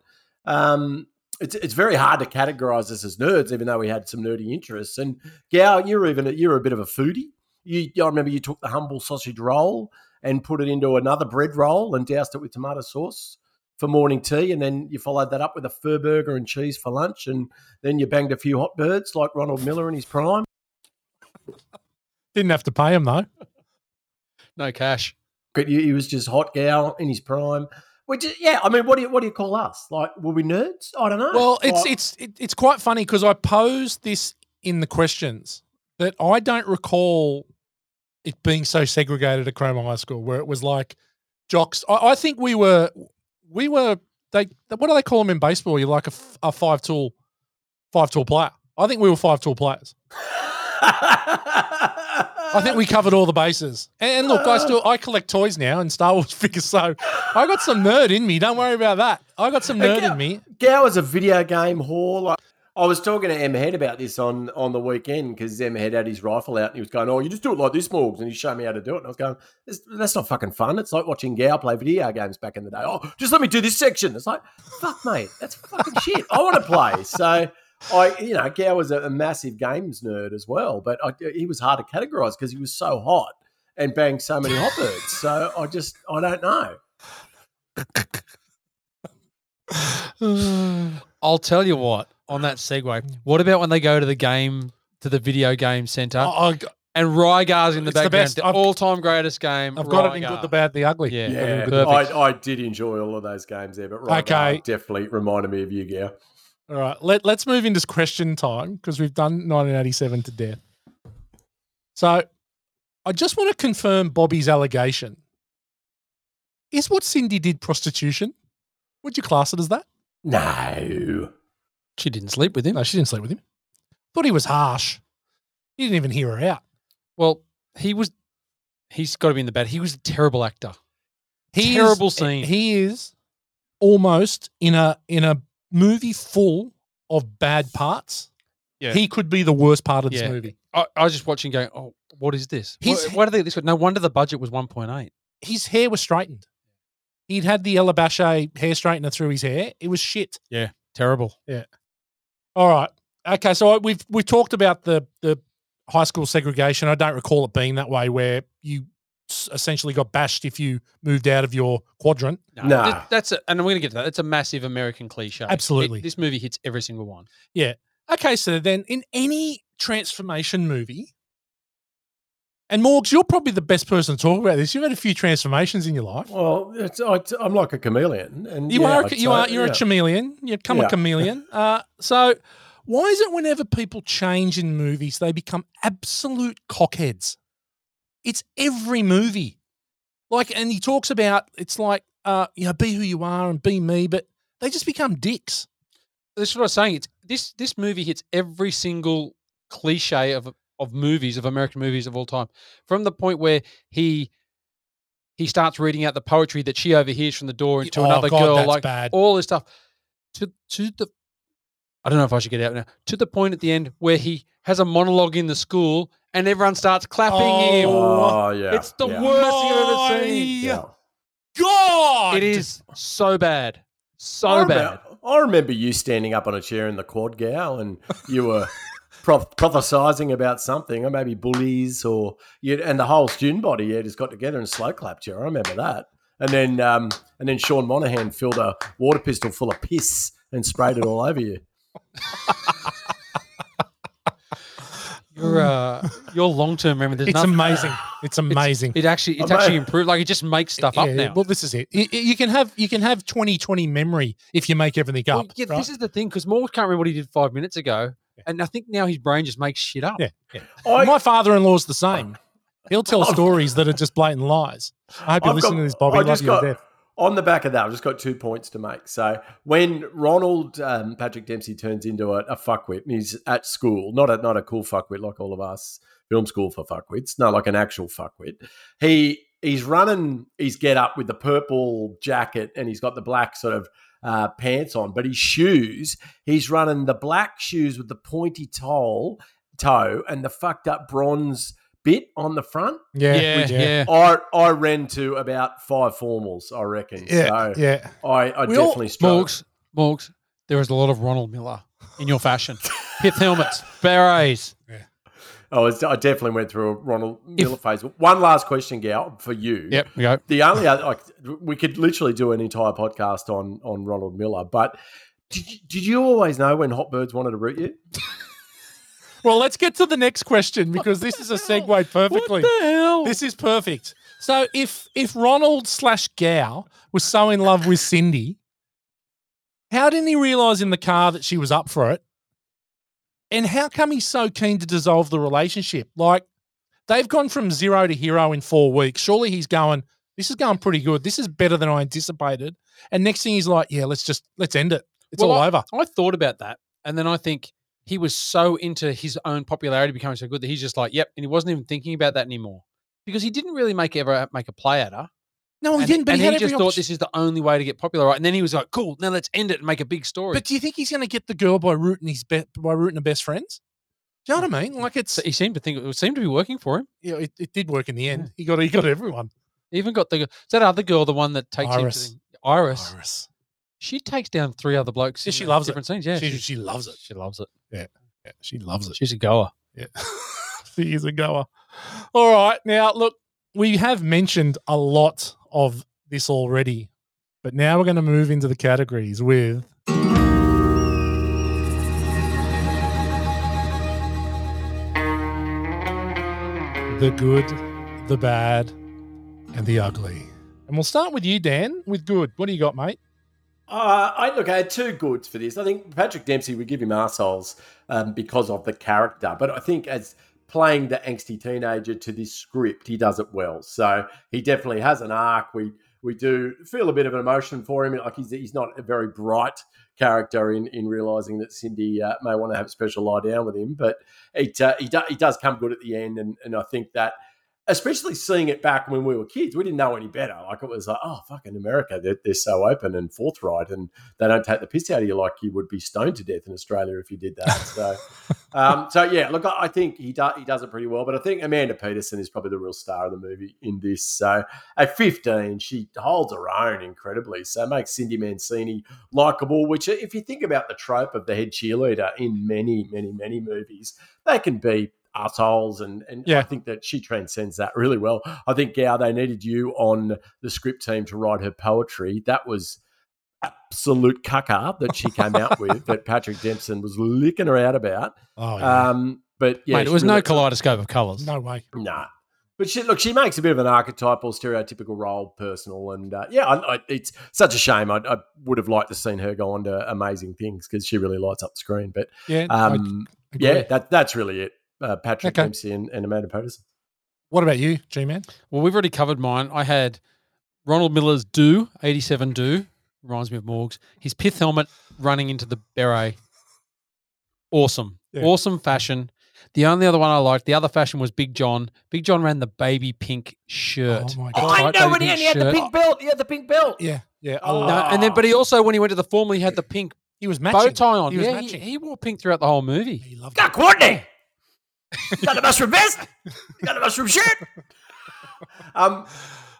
Um, it's it's very hard to categorize us as nerds, even though we had some nerdy interests. And Gow, you're even a, you're a bit of a foodie. You, I remember you took the humble sausage roll and put it into another bread roll and doused it with tomato sauce for morning tea, and then you followed that up with a fur burger and cheese for lunch, and then you banged a few hot birds like Ronald Miller in his prime.
it. Didn't have to pay him though.
No cash.
But he he was just hot gal in his prime. Which, is- yeah, I mean, what do you what do you call us? Like, were we nerds? I don't know.
Well, it's
Like-
it's it, it's quite funny because I posed this in the questions that I don't recall it being so segregated at Cromer High School, where it was like jocks. I, I think we were we were they what do they call them in baseball? You're like a, f- a five tool five tool player. I think we were five tool players. I
I
think we covered all the bases. And, and look, I still I collect toys now and Star Wars figures, so I got some nerd in me. Don't worry about that. I got some nerd in me.
Gow is a video game whore. Like, I was talking to M Head about this on on the weekend because M Head had his rifle out and he was going, "Oh, you just do it like this, Morgs," and he showed me how to do it. And I was going, "That's- "That's not fucking fun. It's like watching Gow play video games back in the day. Oh, just let me do this section." It's like, "Fuck, mate, that's fucking shit. I want to play." So. I, you know, Gow was a, a massive games nerd as well, but I, he was hard to categorize because he was so hot and banged so many hot birds. So I just, I don't know.
Mm.
I'll tell you what. On that segue, what about when they go to the game to the video game center.
I, I-
And Rygar's in the
Oh, It's the
background.
best.
The
I've-
all-time greatest game.
I've got it in
Rygar.
Good, the Bad, the Ugly.
Yeah.
Yeah,
Perfect.
I, I did enjoy all of those games there, but Rygar
Okay.
definitely reminded me of Yu Gi Oh.
All right, let, let's move into question time because we've done 1987 to death. So I just want to confirm Bobby's allegation. Is what Cindy did prostitution? Would you class it as that?
No,
She didn't sleep with him.
No, she didn't sleep with him. Thought he was harsh. He didn't even hear her out.
Well, he was. He's got to be in the bad. He was a terrible actor.
He is-
Terrible scene.
He is almost in a in a movie full of bad parts.
Yeah.
He could be the worst part of this
Yeah.
movie.
I, I was just watching, going, "Oh, what is this?
His-
What, what are they? This no wonder the budget was 1.8.
His hair was straightened. He'd had the Elabache hair straightener through his hair. It was shit.
Terrible.
All right. Okay. So I- we've we talked about the the high school segregation. I don't recall it being that way, where you s- essentially got bashed if you moved out of your quadrant.
Nah.
th- that's a, and we're going to get to that. That's a massive American cliche. It-
Absolutely.
this movie hits every single one.
Okay, so then in any transformation movie, and Morgs, you're probably the best person to talk about this. You've had a few transformations in your life.
well, it's, I, I'm like a chameleon, and
You
yeah,
are
I'd
a, you
say-
are you're
yeah.
a chameleon. You become a
Yeah.
chameleon. Uh, so why is it whenever people change in movies, they become absolute cockheads? It's every movie. Like, and he talks about it's like uh, you know, be who you are and be me, but they just become dicks.
This is what I was saying. It's this. This movie hits every single cliche of of movies of American movies of all time. From the point where he he starts reading out the poetry that she overhears from the door into
Oh,
another
God,
girl,
that's
like
bad.
all this stuff. To to the I don't know if I should get out now. To the point at the end where he has a monologue in the school and everyone starts clapping him.
Oh yeah,
It's the
yeah,
worst thing I've ever seen.
yeah.
God,
It is so bad. So
I
bad.
remember, I remember you standing up on a chair in the quad gal, and you were pro- prophesizing about something, or maybe bullies, or you and the whole student body. Yeah, just got together and slow clapped you. I remember that. And then, um, and then Sean Monahan filled a water pistol full of piss and sprayed it all over you.
Your uh, your long term memory. There's
It's
nothing.
amazing. It's amazing.
It actually it's
Amazing.
actually improved. Like it just makes stuff up
Yeah,
now.
Well, this is it. You, you can have you can have 2020 memory if you make everything
Well,
up.
yeah,
right?
This is the thing because Morgan can't remember what he did five minutes ago, and I think now his brain just makes shit up.
Yeah.
I,
My father-in-law's the same. He'll tell stories that are just blatant lies. I hope
Oh.
you're
I've
listening
got-
to this, Bobby.
I
Love
just
you to
got-
death.
on the back of that, I've just got two points to make. So when Ronald um, Patrick Dempsey turns into a, a fuckwit, and he's at school, not a not a cool fuckwit like all of us, film school for fuckwits, no, like an actual fuckwit. He he's running his get up with the purple jacket, and he's got the black sort of uh, pants on, but his shoes, he's running the black shoes with the pointy toe, toe, and the fucked up bronze bit on the front.
Yeah,
yeah. yeah.
I I ran to about five formals, I reckon.
yeah,
so
yeah.
I, I
We all-
definitely struggled.
Morgs, Morgs, there is a lot of Ronald Miller in your fashion. Pith helmets, berets.
Oh, I, was, I definitely went through a Ronald Miller phase. One last question, Gal, for you.
Yep, we go.
The only other, like, we could literally do an entire podcast on on Ronald Miller, but did you, did you always know when hot birds wanted to root you?
Well, let's get to the next question because this is a segue perfectly.
What the hell?
This is perfect. So if if Ronald slash Gow was so in love with Cindy, how didn't he realise in the car that she was up for it? And how come he's so keen to dissolve the relationship? Like they've gone from zero to hero in four weeks. Surely he's going, this is going pretty good. This is better than I anticipated. And next thing he's like, yeah, let's just let's end it. It's
Well,
all over.
I thought about that, and then I think he was so into his own popularity becoming so good that he's just like, yep, and he wasn't even thinking about that anymore because he didn't really make ever make a play at her.
No, Oh, he
and,
didn't. But
and
he, had every
just thought
opportunity.
this is the only way to get popular, right? And then he was like, cool, now let's end it and make a big story.
But do you think he's going to get the girl by rooting his be- by rooting her best friends? Do you know what I mean? Like it's
So he seemed to think it seemed to be working for him.
you know, it, it did work in the end. He got he got everyone.
He even got the is that other girl, the one that takes
Iris.
him to the, Iris. She takes down three other blokes.
Yeah,
in
she
the
loves it.
different scenes. Yeah,
She-
she's-
she loves it.
She loves it.
Yeah, she loves it.
She's a goer.
Yeah, she is a goer. All right, now look, we have mentioned a lot of this already, but now we're going to move into the categories with the good, the bad, and the ugly. And we'll start with you, Dan, with good. What do you got, mate?
Uh, I look. I had two goods for this. I think Patrick Dempsey would give him arseholes um, because of the character, but I think as playing the angsty teenager to this script, he does it well. So he definitely has an arc. We we do feel a bit of an emotion for him. Like he's he's not a very bright character in in realizing that Cindy uh, may want to have a special lie down with him, but it uh, he, do, he does come good at the end, and and I think that especially seeing it back when we were kids, we didn't know any better. Like it was like, oh, fucking America, they're, they're so open and forthright, and they don't take the piss out of you like you would be stoned to death in Australia if you did that. So, um, so yeah, look, I, I think he does he does it pretty well, but I think Amanda Peterson is probably the real star of the movie in this. So at fifteen, she holds her own incredibly. So it makes Cindy Mancini likable, which if you think about the trope of the head cheerleader in many, many, many movies, they can be assholes and and
Yeah.
I think that she transcends that really well. I think Gao they needed you on the script team to write her poetry. That was absolute caca that she came out with that Patrick Dempson was licking her out about.
Oh,
Um but yeah,
Mate, it
she
was
really-
no kaleidoscope of colours.
no way.
Nah. But she, look, she makes a bit of an archetypal, stereotypical role, personal, and uh, yeah, I, I, it's such a shame. I, I would have liked to seen her go on to amazing things because she really lights up the screen. But
Yeah. I
um,
agree.
yeah, that, that's really it. Uh, Patrick
Okay.
Dempsey and, and Amanda Peterson.
What about you, G Man?
Well, we've already covered mine. I had Ronald Miller's do, 87 do, reminds me of Morgs. His pith helmet running into the beret. Awesome.
Yeah.
Awesome fashion. The only other one I liked, the other fashion was Big John. Big John ran the baby pink shirt.
Oh, my
The
God.
tight baby pink shirt.
belt. He had the pink belt.
Yeah. Yeah. I
Oh.
love-
No, and then, but he also, when he went to the formal, he had the pink
He was matching.
bow tie on.
He was
yeah, he,
matching.
he wore pink throughout the whole movie.
He loved it.
Got Courtney. Got the mushroom vest. Got the mushroom shirt. Um,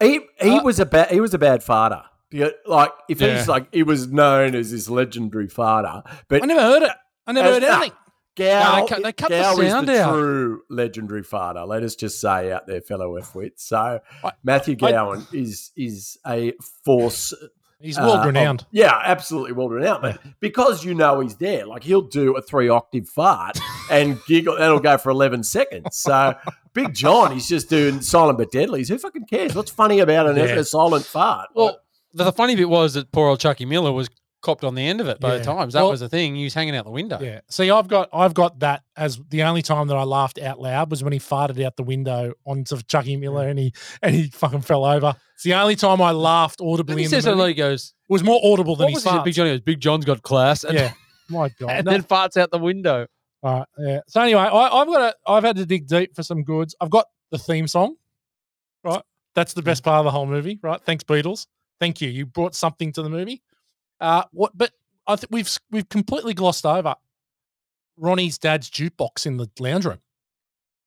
he he was a bad he was a bad farter. Because, Like if
Uh, Yeah.
he's like he was known as this legendary farter, but
I never heard it. I never
As-
heard anything.
Gow,
No, they cut- they cut the
Gow
sound
is the
out.
true legendary father. Let us just say out there, fellow F-wits. So
I-
Matthew
I-
Gowan is is a force.
He's
uh,
world renowned.
of- yeah, absolutely world renowned. But because you know he's there, like he'll do a three octave fart and giggle. That'll go for eleven seconds. So Big John, he's just doing silent but deadlies. Who fucking cares? What's funny about an,
Yeah.
a silent fart?
Well, the, the funny bit was that poor old Chucky Miller was copped on the end of it both
Yeah.
times. That
Well-
was the thing. He was hanging out the window.
Yeah. See, I've got I've got that as the only time that I laughed out loud was when he farted out the window onto Chucky Miller and he and he fucking fell over. It's the only time I laughed
Then
audibly.
he
In the
says hello,
movie.
he goes,
It was more audible than
What
he
was his
farted.
Big Johnny goes, Big John's got class. And,
yeah. My God.
and
no.
then farts out the window.
All right. Yeah. So anyway, I, I've got a, I've had to dig deep for some goods. I've got the theme song. Right. That's the best part of the whole movie. Right. Thanks, Beatles. Thank you. You brought something to the movie. Uh, what? But I think we've s- we've completely glossed over Ronnie's dad's jukebox in the lounge room.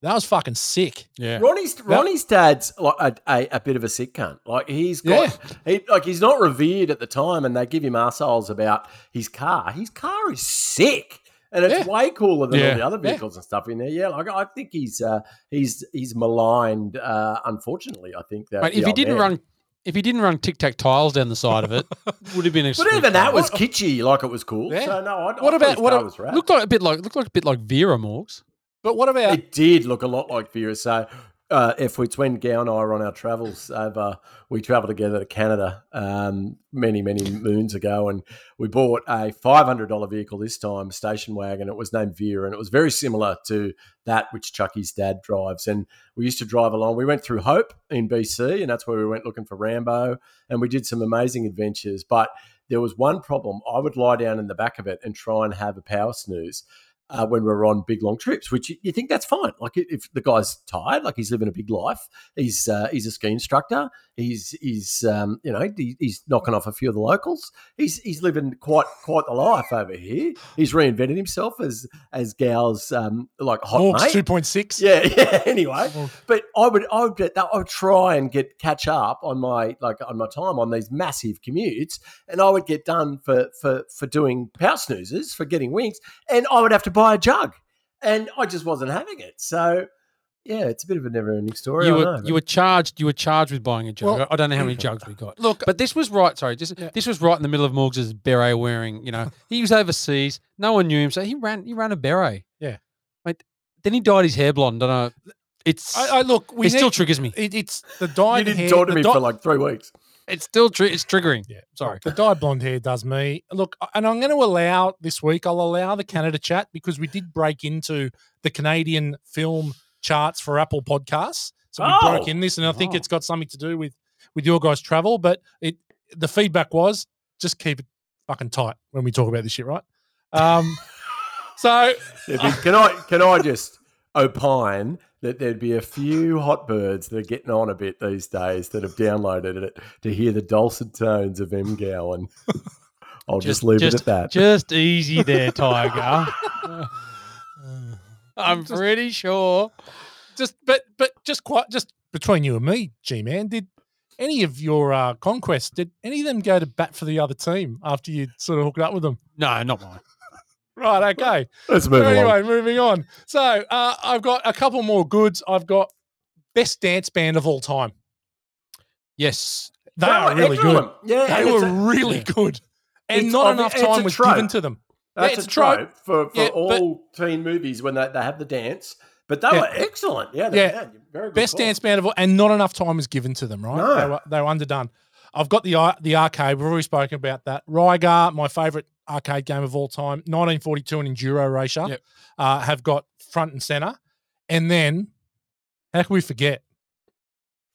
That was fucking sick.
Yeah.
Ronnie's Ronnie's dad's like a, a, a bit of a sick cunt. Like he's got he, like he's not revered at the time, and they give him assholes about his car. His car is sick, and it's
Yeah.
way cooler than
Yeah.
all the other
Yeah.
vehicles and stuff in there. Yeah, like I think he's uh, he's he's maligned. Uh, unfortunately, I think that
Mate,
the
if he
old
didn't
man.
run if he didn't run tic tac tiles down the side of it, would have been a
but even that was kitschy. Like it was cool.
Yeah.
So no, I, I
what
thought
about
his
what
car
a-
was rad.
looked like a bit like looked like a bit like Vera Morgs.
But what about
It did look a lot like Vera. So, uh, if we when Gow and I were on our travels over, we travelled together to Canada um, many many moons ago, and we bought a five hundred dollar vehicle this time, station wagon. It was named Vera, and it was very similar to that which Chucky's dad drives. And we used to drive along. We went through Hope in BC, and that's where we went looking for Rambo, and we did some amazing adventures. But there was one problem. I would lie down in the back of it and try and have a power snooze uh, when we're on big long trips, which you, you think that's fine. Like i- if the guy's tired, like he's living a big life, he's uh, he's a ski instructor, he's he's um, you know he, he's knocking off a few of the locals, he's he's living quite quite the life over here. He's reinvented himself as as Gal's um, like hot
Morgs
mate.
Oh, two point six? Oh,
Yeah, yeah. Anyway, but I would, I would, get that- I would try and get catch up on my like on my time on these massive commutes, and I would get done for for for doing power snoozes for getting wings, and I would have to buy a jug, and I just wasn't having it. So, yeah, it's a bit of a never-ending story.
You
I
were
know, but-
you were charged you were charged with buying a jug.
Well-
I don't know how many jugs we got.
Look,
But this was right, sorry, just
Yeah.
this was right in the middle of Morgs's beret wearing, you know. He was overseas, no one knew him, so he ran he ran a beret.
Yeah.
Mate, then he dyed his hair blonde, don't know. It's
I, I look. We
it still
need-
triggers me.
It, it's the
You
dyed
didn't
hair.
talk to
the
me
dye-
for like three weeks.
It's still tri- it's triggering.
Yeah,
Sorry.
The dye blonde hair does me. Look, and I'm going to allow this week. I'll allow the Canada chat because we did break into the Canadian film charts for Apple Podcasts. So we
Oh.
broke in this, and I think
Oh.
it's got something to do with with your guys' travel. But it the feedback was just keep it fucking tight when we talk about this shit, right? Um, so
There'd be- can I can I just opine that there'd be a few hot birds that are getting on a bit these days that have downloaded it to hear the dulcet tones of M. Gowan. I'll just, leave it at that.
Just easy there, Tiger. I'm pretty sure.
just but but just quite just between you and me, G man, did any of your uh, conquests did any of them go to bat for the other team after you sort of hooked up with them?
No, not mine.
Right, okay.
Let's move
anyway,
along.
moving on. So uh, I've got a couple more goods. I've got best dance band of all time.
Yes.
They
Well,
are really good.
excellent. Yeah,
They
and it's
were
a-
really good, and
It's
not
obvi-
enough
it's a
time was
trope.
given to them.
That's
it's
a
a
trope,
trope.
for, for
Yeah, but-
all teen movies when they, they have the dance. But they
Yeah.
were excellent. Yeah, they,
Yeah.
yeah, very good
Best
call.
dance band of all, and not enough time was given to them. Right?
No.
They, were, they were underdone. I've got the ar- the arcade. We've already spoken about that. Rygar, my favorite arcade game of all time, 1942 and Enduro Racer,
Yep.
uh, have got front and center. And then, how can we forget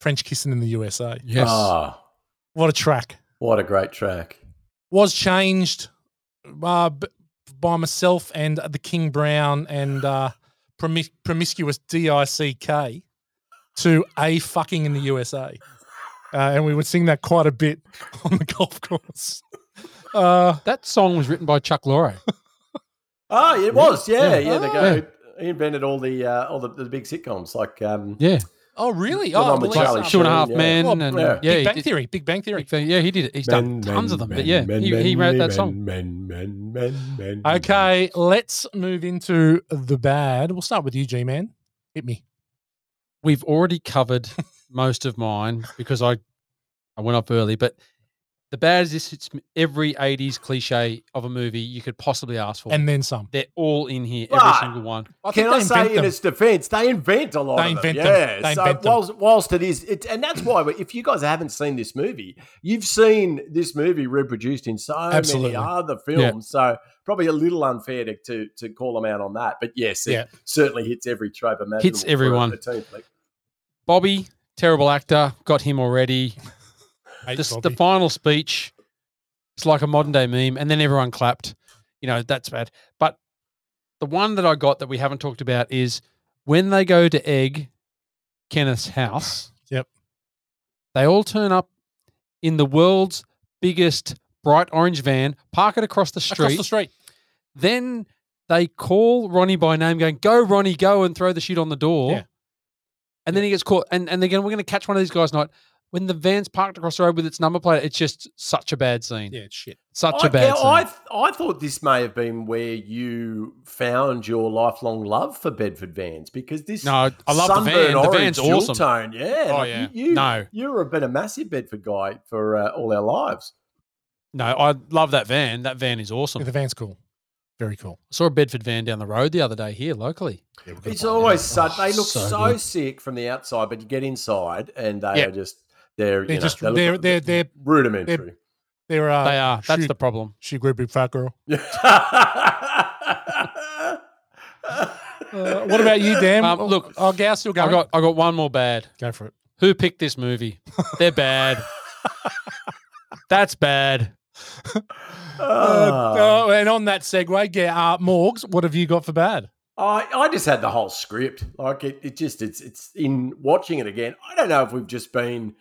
French Kissing in the USA?
Yes.
Ah,
What a track!
what a great track.
was changed uh, b- by myself and the King Brown and uh, promi- promiscuous DICK to a fucking in the USA. Uh, and we would sing that quite a bit on the golf course. Uh,
that song was written by Chuck Lorre.
Ah, it was. Yeah, yeah.
Yeah.
they
Ah.
go. He invented all the uh, all the, the big sitcoms like um,
Yeah.
oh, really?
The
Oh,
one with
well,
Charlie
that's-
Two and a
Sheen,
half
yeah.
men
Well,
and
yeah.
yeah,
Big
he
Bang
did-
Theory. Big Bang Theory.
Big Bang- yeah, he did it. He's done tons of them. but yeah, he, he wrote that song.
Men, men, men, men, men.
Okay, let's move into the bad. We'll start with you, G Man. Hit me.
We've already covered most of mine because I I went up early, but the bad is this it's every 80s cliche of a movie you could possibly ask for.
And then some.
they're all in here, every
Right.
single one.
Can I say in its defence, they invent a lot.
They
of
invent
them.
them.
Yeah.
They
so
invent them.
whilst, whilst it is, it's, and that's why if you guys haven't seen this movie, you've seen this movie reproduced in so
Absolutely.
many other
Yeah.
films. So probably a little unfair to, to to call them out on that. But yes, it
Yeah.
certainly hits every trope imaginable.
Hits
for
everyone.
a teen flick.
Bobby, terrible actor, got him already.
Hate
The, the
Bobby.
final speech, it's like a modern day meme, and then everyone clapped. You know, that's bad. But the one that I got that we haven't talked about is when they go to egg Kenneth's house.
Yep.
They all turn up in the world's biggest bright orange van, park it across the street.
Across the street.
Then they call Ronnie by name, going, "Go, Ronnie, go and throw the shit on the door."
Yeah.
And then he gets caught, and and again, we're going to catch one of these guys tonight. When the van's parked across the road with its number plate, it's just such a bad scene.
Yeah, it's shit.
Such
I,
a bad
yeah,
scene.
I, th- I thought this may have been where you found your lifelong love for Bedford Vans because this
no, I love the
sunburn
van. The
orange
van's
jewel
awesome.
Tone. Yeah.
Oh,
like,
yeah.
You, you,
No.
You've been a massive Bedford guy for uh, all our lives.
No, I love that van. That van is awesome.
Yeah, the van's cool. Very cool.
I saw a Bedford van down the road the other day here locally.
It's always such,
Oh,
they look so,
so good.
sick from the outside, but you get inside and they
Yeah.
are just, they're,
They're
you know,
just-
they look-
they're- they're- they're-
rudimentary.
There are.
they are. That's
Uh, shoot.
the problem.
She grew a big fat girl. Uh, what about you, Dan?
Um, look,
oh, Gauss still
I
going.
got I got one more bad.
go for it.
Who picked this movie? They're bad. That's bad.
Uh,
Oh.
oh, and on that segue, get uh, Morgs. What have you got for bad?
I, I just had the whole script. Like it, it just it's it's in watching it again. I don't know if we've just been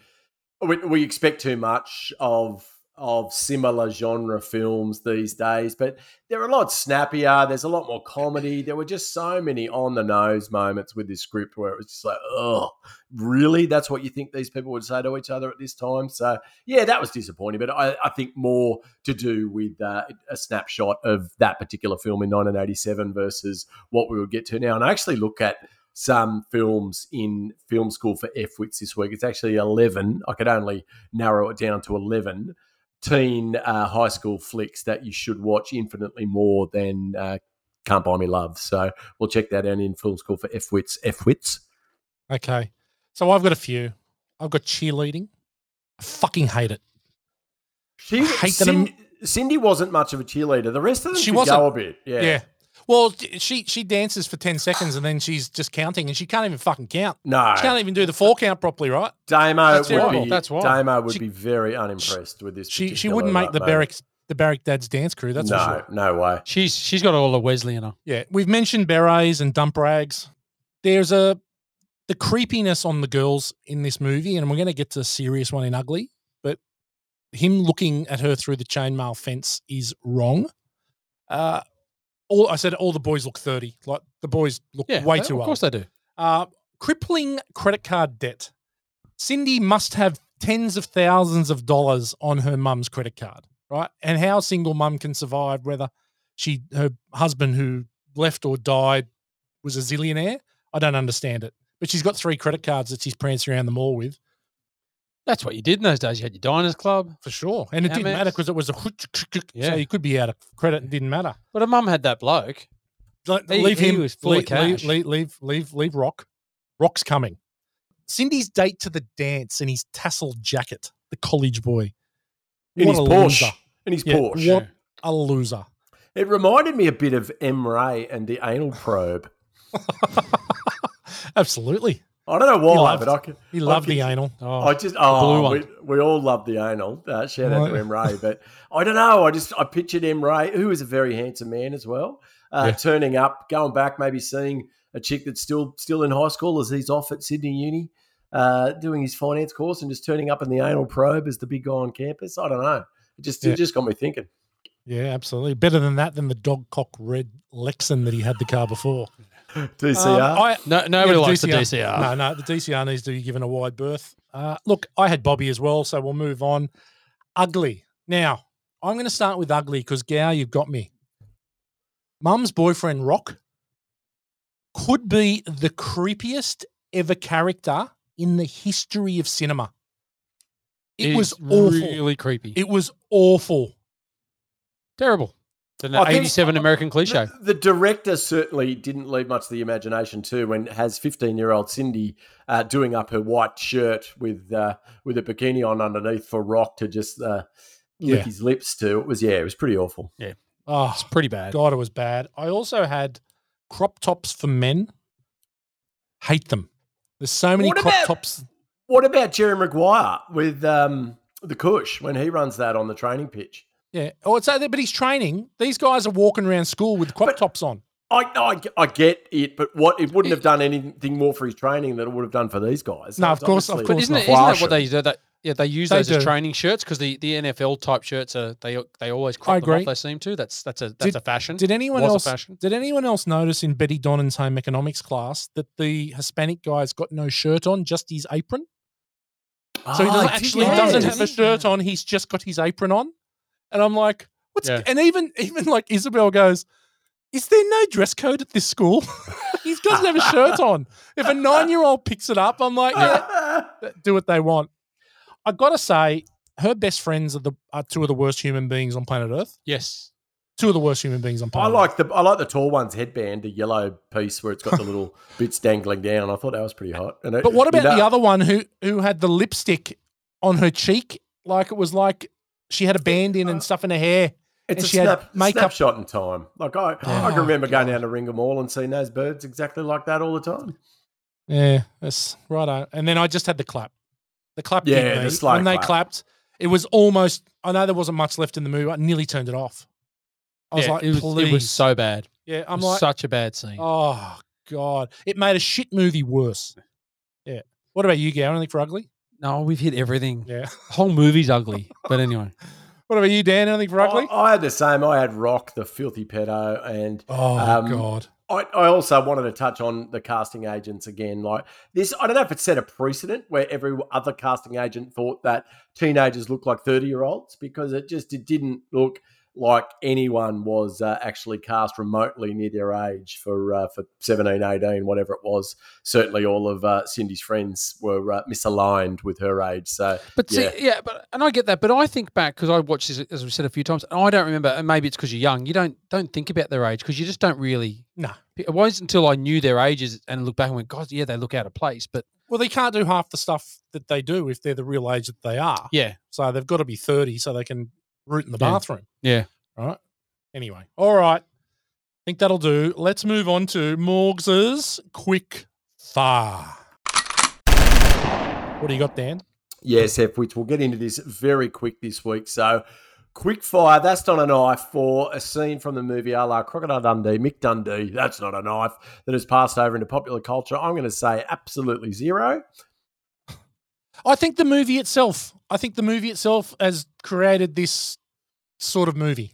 we, we expect too much of of similar genre films these days, but they're a lot snappier. There's a lot more comedy. There were just so many on the nose moments with this script where it was just like, oh, really? That's what you think these people would say to each other at this time? So yeah, that was disappointing. But I, I think more to do with uh, a snapshot of that particular film in 1987 versus what we would get to now. And I actually look at some films in film school for FWITS this week. It's actually 11. I could only narrow it down to 11 teen uh, high school flicks that you should watch infinitely more than uh, Can't Buy Me Love. So we'll check that out in film school for FWITS. FWITS.
Okay. So I've got a few. I've got cheerleading. I fucking hate it.
She,
hate that
Cin- Cindy wasn't much of a cheerleader. The rest of them
She
she could
wasn't.
go a bit. Yeah.
Yeah. Well, she she dances for 10 seconds and then she's just counting and she can't even fucking count.
No.
She can't even do the four count properly, right?
Damo
That's
would
terrible.
be,
That's why.
Damo would
She-
be very unimpressed with this.
She she
particular
wouldn't make the
mate.
barracks the barrack dad's dance crew, that's
no,
for sure.
no way.
She's she's got all the Wesley in her.
Yeah. We've mentioned berets and dump rags. There's a the creepiness on the girls in this movie, and we're gonna get to the serious one in ugly, but him looking at her through the chainmail fence is wrong. Uh all I said all the boys look 30. Like the boys look
Yeah,
way
they-
too
Of
old.
course they do.
Uh, crippling credit card debt. Cindy must have tens of thousands of dollars on her mum's credit card, right? And how a single mum can survive, whether she her husband who left or died was a zillionaire, I don't understand it. But she's got three credit cards that she's prancing around the mall with
That's what you did in those days. You had your diners club,
for sure, and it didn't
Amex.
matter because it was a so
Yeah.
you could be out of credit and didn't matter.
but her mum had that bloke.
Don't-
He-
leave
he
him.
was full of
leave, leave,
cash.
leave, leave, leave, leave Rock. Rock's coming. Cindy's date to the dance in his tassel jacket, the college boy.
In his
What a
Porsche.
loser.
In his
Yeah,
Porsche.
What a loser.
It reminded me a bit of M. Ray and the anal probe.
Absolutely.
I don't know why,
loved-
but I could,
He loved
could-
the anal. Oh,
I just oh,
blue one.
We, we all love the anal. Uh, shout out to
Right.
M Ray, but I don't know. I just I pictured M Ray, who is a very handsome man as well, uh,
Yeah.
turning up, going back, maybe seeing a chick that's still still in high school as he's off at Sydney Uni, uh, doing his finance course, and just turning up in the anal probe as the big guy on campus. I don't know. It just
Yeah.
it just got me thinking.
yeah, absolutely. Better than that than the dog cock red Lexan that he had the car before. Um,
DCR.
I,
No, nobody
Yeah,
likes the DCR.
No, no, the DCR needs to be given a wide berth. Uh, look, I had Bobby as well, so we'll move on. Ugly. Now, I'm going to start with ugly because Gow, you've got me. Mum's boyfriend Rock could be the creepiest ever character in the history of cinema. It
He's
was awful.
really creepy,
it was awful.
terrible. An
I think-
eighty-seven American cliche.
The, the director certainly didn't leave much to the imagination too, and has fifteen-year-old Cindy uh, doing up her white shirt with uh, with a bikini on underneath for Rock to just uh, lick
Yeah.
his lips to. It was yeah, it was pretty awful.
Oh,
It's pretty bad.
God, it was bad. I also had crop tops for men. Hate them. There's so many
What
crop
about-
tops.
What about Jerry Maguire with um, the Cush when he runs that on the training pitch?
Yeah. Oh, it's out there, but he's training. These guys are walking around school with crop
But-
tops on.
I, I, I get it, but what it wouldn't have done anything more for his training than it would have done for these guys.
No, of
It's
course- of
obviously-
But
course
isn't,
not.
it, isn't that
Flash.
what they do? That yeah, they use
They
those
do.
as training shirts because the, the NFL type shirts are they they always crop them
agree.
off. They seem to. That's that's a that's
Did-
a fashion.
Did anyone
Was a
else?
fashion.
Did anyone else notice in Betty Donnan's home economics class that the Hispanic guy's got no shirt on, just his apron? So he
Ah,
doesn't
I did
actually
notice.
doesn't have a shirt on. He's just got his apron on, and I'm like, what's?
Yeah.
And even even like Isabel goes, is there no dress code at this school? he doesn't have a shirt on. If a nine year old picks it up, I'm like, yeah, th- do what they want. I gotta say, her best friends are the are two of the worst human beings on planet Earth.
Yes.
Two of the worst human beings on
I
planet.
like the I like the tall one's headband, the yellow piece where it's got the little bits dangling down. I thought that was pretty hot. And it-
Earth. But what about
you know-
the other one who who had the lipstick on her cheek, like it was like she had a band in
Uh,
and stuff in her hair?
It's
and
a
she had
snap,
makeup- Oh,
snapshot in time. Like I, I can remember going down to Ringham Mall and seeing those birds exactly like that all the time.
Yeah, that's right. uh, And then I just had the clap. The clap. did
Yeah,
me.
the slight
when they
clap.
clapped, it was almost. I know there wasn't much left in the movie. I nearly turned it off. I was
Yeah,
like,
it was,
please.
it was so bad.
yeah,
I'm
I'm like,
such a bad scene.
Oh God! It made a shit movie worse. Yeah. What about you, Gary? Anything for ugly?
No, we've hit everything.
Yeah.
Whole movie's ugly. But anyway,
What about you, Dan? Anything for ugly?
I, I had the same. I had Rock, the filthy pedo, and
Oh
Um,
God!
I, I also wanted to touch on the casting agents again. Like this, I don't know if it set a precedent where every other casting agent thought that teenagers look like thirty-year-olds because it just it didn't look like anyone was uh, actually cast remotely near their age for uh, for 17, 18, whatever it was. Certainly, all of uh, Cindy's friends were uh, misaligned with her age. So,
but see,
Yeah.
yeah. but and I get that. But I think back because I watched this as we said a few times, and I don't remember. And maybe it's because you're young. You don't don't think about their age because you just don't really
No.
pick It wasn't until I knew their ages and looked back and went, God, yeah, they look out of place. But
Well, they can't do half the stuff that they do if they're the real age that they are.
yeah,
So they've got to be 30 so they can root in the
Yeah.
bathroom.
Yeah.
Right. Anyway. All right. I think that'll do. Let's move on to Morgs's quick fire. What do you got, Dan?
Yes, F, which we'll get into this very quick this week. So, quick fire, that's not a knife for a scene from the movie a la Crocodile Dundee, Mick Dundee, that's not a knife that has passed over into popular culture. I'm going to say absolutely zero.
I think the movie itself. I think the movie itself has created this sort of movie.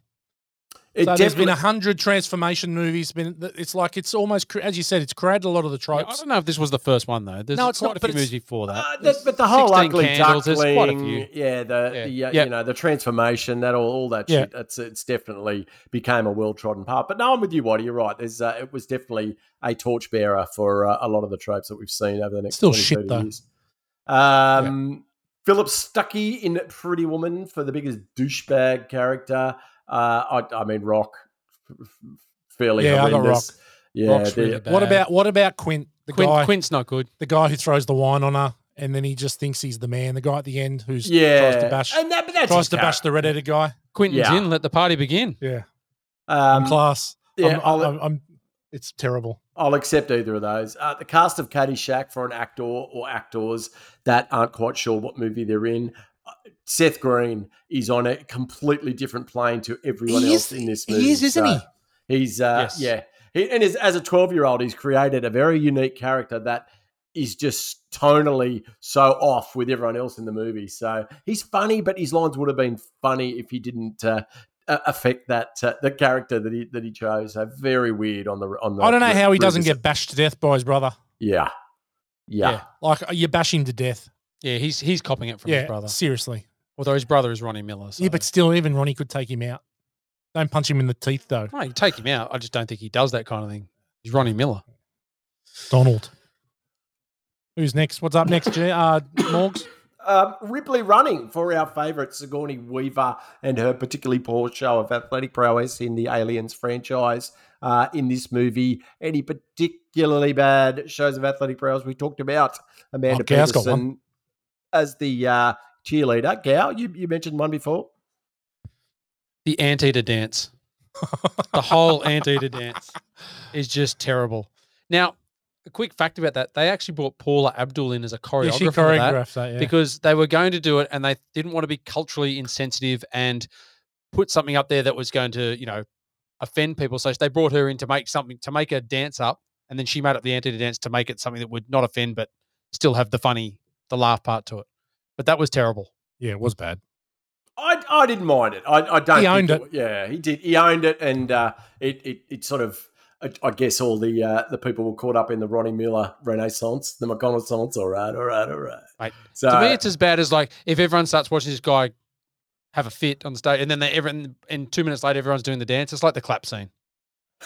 It
so there's
definitely,
been a hundred transformation movies. Been it's like it's almost cre- as you said, it's created a lot of the
I
tropes.
don't know if this was the first one though. There's
No, it's
quite
not,
a
but
few
it's-
movies before that.
Uh, that-
There's
but the whole
16
ugly
Candles, there's
duckling,
quite a few.
yeah, the,
Yeah.
the uh,
Yep.
you know the transformation, that all, all that
Yeah.
shit. It's it's definitely became a well trodden path. But no, I'm with you, Waddy. You're right. There's uh, it was definitely a torchbearer for uh, a lot of the tropes that we've seen over the next
Still
20,
shit,
30
though.
years. Um, Philip Stuckey in Pretty Woman for the biggest douchebag character. Uh, I, I mean, Rock, fairly
Yeah, I got
horrendous. Yeah,
Rock's
the-
really bad.
What about what about Quint? The
Quint,
guy,
Quint's not good.
the guy who throws the wine on her, and then he just thinks he's the man. The guy at the end who's
yeah,
tries to bash
and that, but that's
tries
his
to bash
character.
the redheaded guy.
Quinton's
Yeah.
in. Let the party begin.
Yeah,
Um,
I'm class.
yeah,
I'm,
I'll-
I'm, I'm- it's terrible.
I'll accept either of those. Uh, the cast of Caddyshack for an actor or actors that aren't quite sure what movie they're in. Uh, Seth Green is on a completely different plane to everyone
He
else
is-
in this
he
movie.
is, isn't he?
he? He's uh,
Yes.
yeah, he, and as, as a twelve-year-old, he's created a very unique character that is just tonally so off with everyone else in the movie. So he's funny, but his lines would have been funny if he didn't. Uh, a- affect that uh, the character that he that he chose so very weird on the on the
I don't know how he doesn't
revisit.
get bashed to death by his brother.
Yeah. Yeah.
Yeah.
Like you bash him to death.
Yeah, he's he's copying it from
yeah,
his brother.
seriously.
Although his brother is Ronnie Miller. So.
Yeah, but still, even Ronnie could take him out. Don't punch him in the teeth, though.
No, you take him out. I just don't think he does that kind of thing. He's Ronnie Miller.
Donald. Who's next? What's up next, G- uh, Morgs?
Um, Ripley running for our favourite Sigourney Weaver and her particularly poor show of athletic prowess in the Aliens franchise uh, in this movie. Any particularly bad shows of athletic prowess we talked about? Amanda
Oh, Gow's got
Peterson as the uh, cheerleader. Gow, you, you mentioned one before.
The anteater dance. the whole anteater dance is just terrible. Now, a quick fact about that, they actually brought Paula Abdul in as a choreographer.
Yeah, she
for that.
choreographed that. yeah.
because they were going to do it and they didn't want to be culturally insensitive and put something up there that was going to, you know, offend people. So they brought her in to make something to make a dance up, and then she made up the anti dance to make it something that would not offend but still have the funny, the laugh part to it. But that was terrible.
yeah, it was bad.
I, I didn't mind it. I, I don't.
He
think
owned it.
wa- Yeah, he did. He owned it, and uh, it, it it sort of. I- I guess all the uh, the people were caught up in the Ronnie Miller Renaissance, the McDonald's. All right, all right, all right.
Right.
So
to me, it's as bad as like if everyone starts watching this guy have a fit on stage, and then they everyone and two minutes later everyone's doing the dance. It's like the clap scene.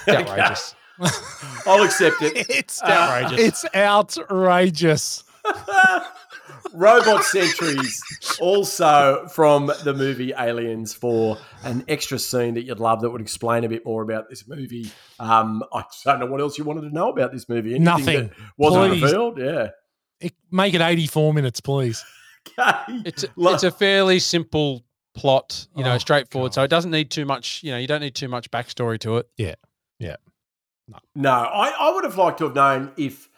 It's outrageous.
I'll accept it.
it's
outrageous.
It's outrageous.
Robot sentries, also from the movie Aliens, for an extra scene that you'd love that would explain a bit more about this movie. Um, I don't know what else you wanted to know about this movie. Anything
Nothing.
that wasn't
Please.
revealed. Yeah.
It- make it 84 minutes, please.
Okay.
It's
Lo-
it's a fairly simple plot, you know,
Oh,
straightforward.
God.
So it doesn't need too much, you know, you don't need too much backstory to it.
No, I, I would have liked to have known if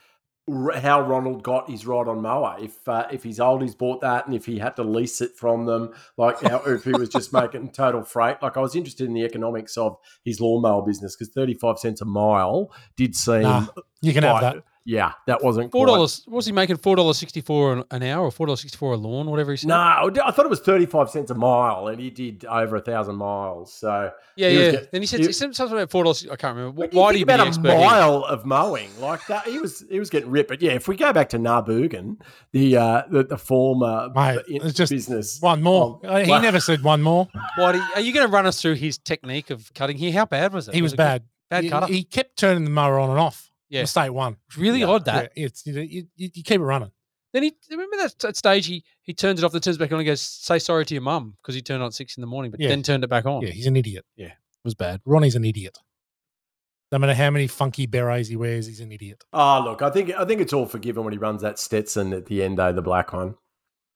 r- how Ronald got his ride on Moa, if uh, if his oldies bought that, and if he had to lease it from them, like how, if he was just making total freight. Like I was interested in the economics of his lawnmower business because thirty five cents a mile did seem
Nah, you can have
quite-
that.
Yeah, that wasn't
Four
quite-
dollars. What was he making? Four dollars sixty four an, an hour, or four dollars sixty four a lawn, whatever he said.
No, I d- I thought it was thirty five cents a mile, and he did over a thousand miles. So
yeah,
he was
yeah.
get-
then he said
he-
he, said something about four dollars. I can't remember.
When
Why do
think
you be the
about a
expert? here?
mile of mowing like that? He was he was getting ripped. But yeah, if we go back to Narbergen, the uh, the, the former
Mate,
in-
it's just
business.
One more.
Oh,
Uh, he
wow.
never said one more.
Why do you, are you going to run us through his technique of cutting here? How bad was it?
He was
it good?
bad.
Bad
He-
cutter.
He, kept turning the mower on and off.
Yeah.
Mistake one.
it's really odd that.
Yeah, it's you, you, you you keep it running.
Then he remember that, that stage he he turns it off, then turns it back on, and goes say sorry to your mum because he turned it on at six in the morning, but
Oh. Yeah.
then turned it back on.
Yeah, he's an idiot.
It was bad.
Ronnie's an idiot. No matter how many funky berets he wears, he's an idiot.
Ah, look, I think I think it's all forgiven when he runs that Stetson at the end, though, the black one.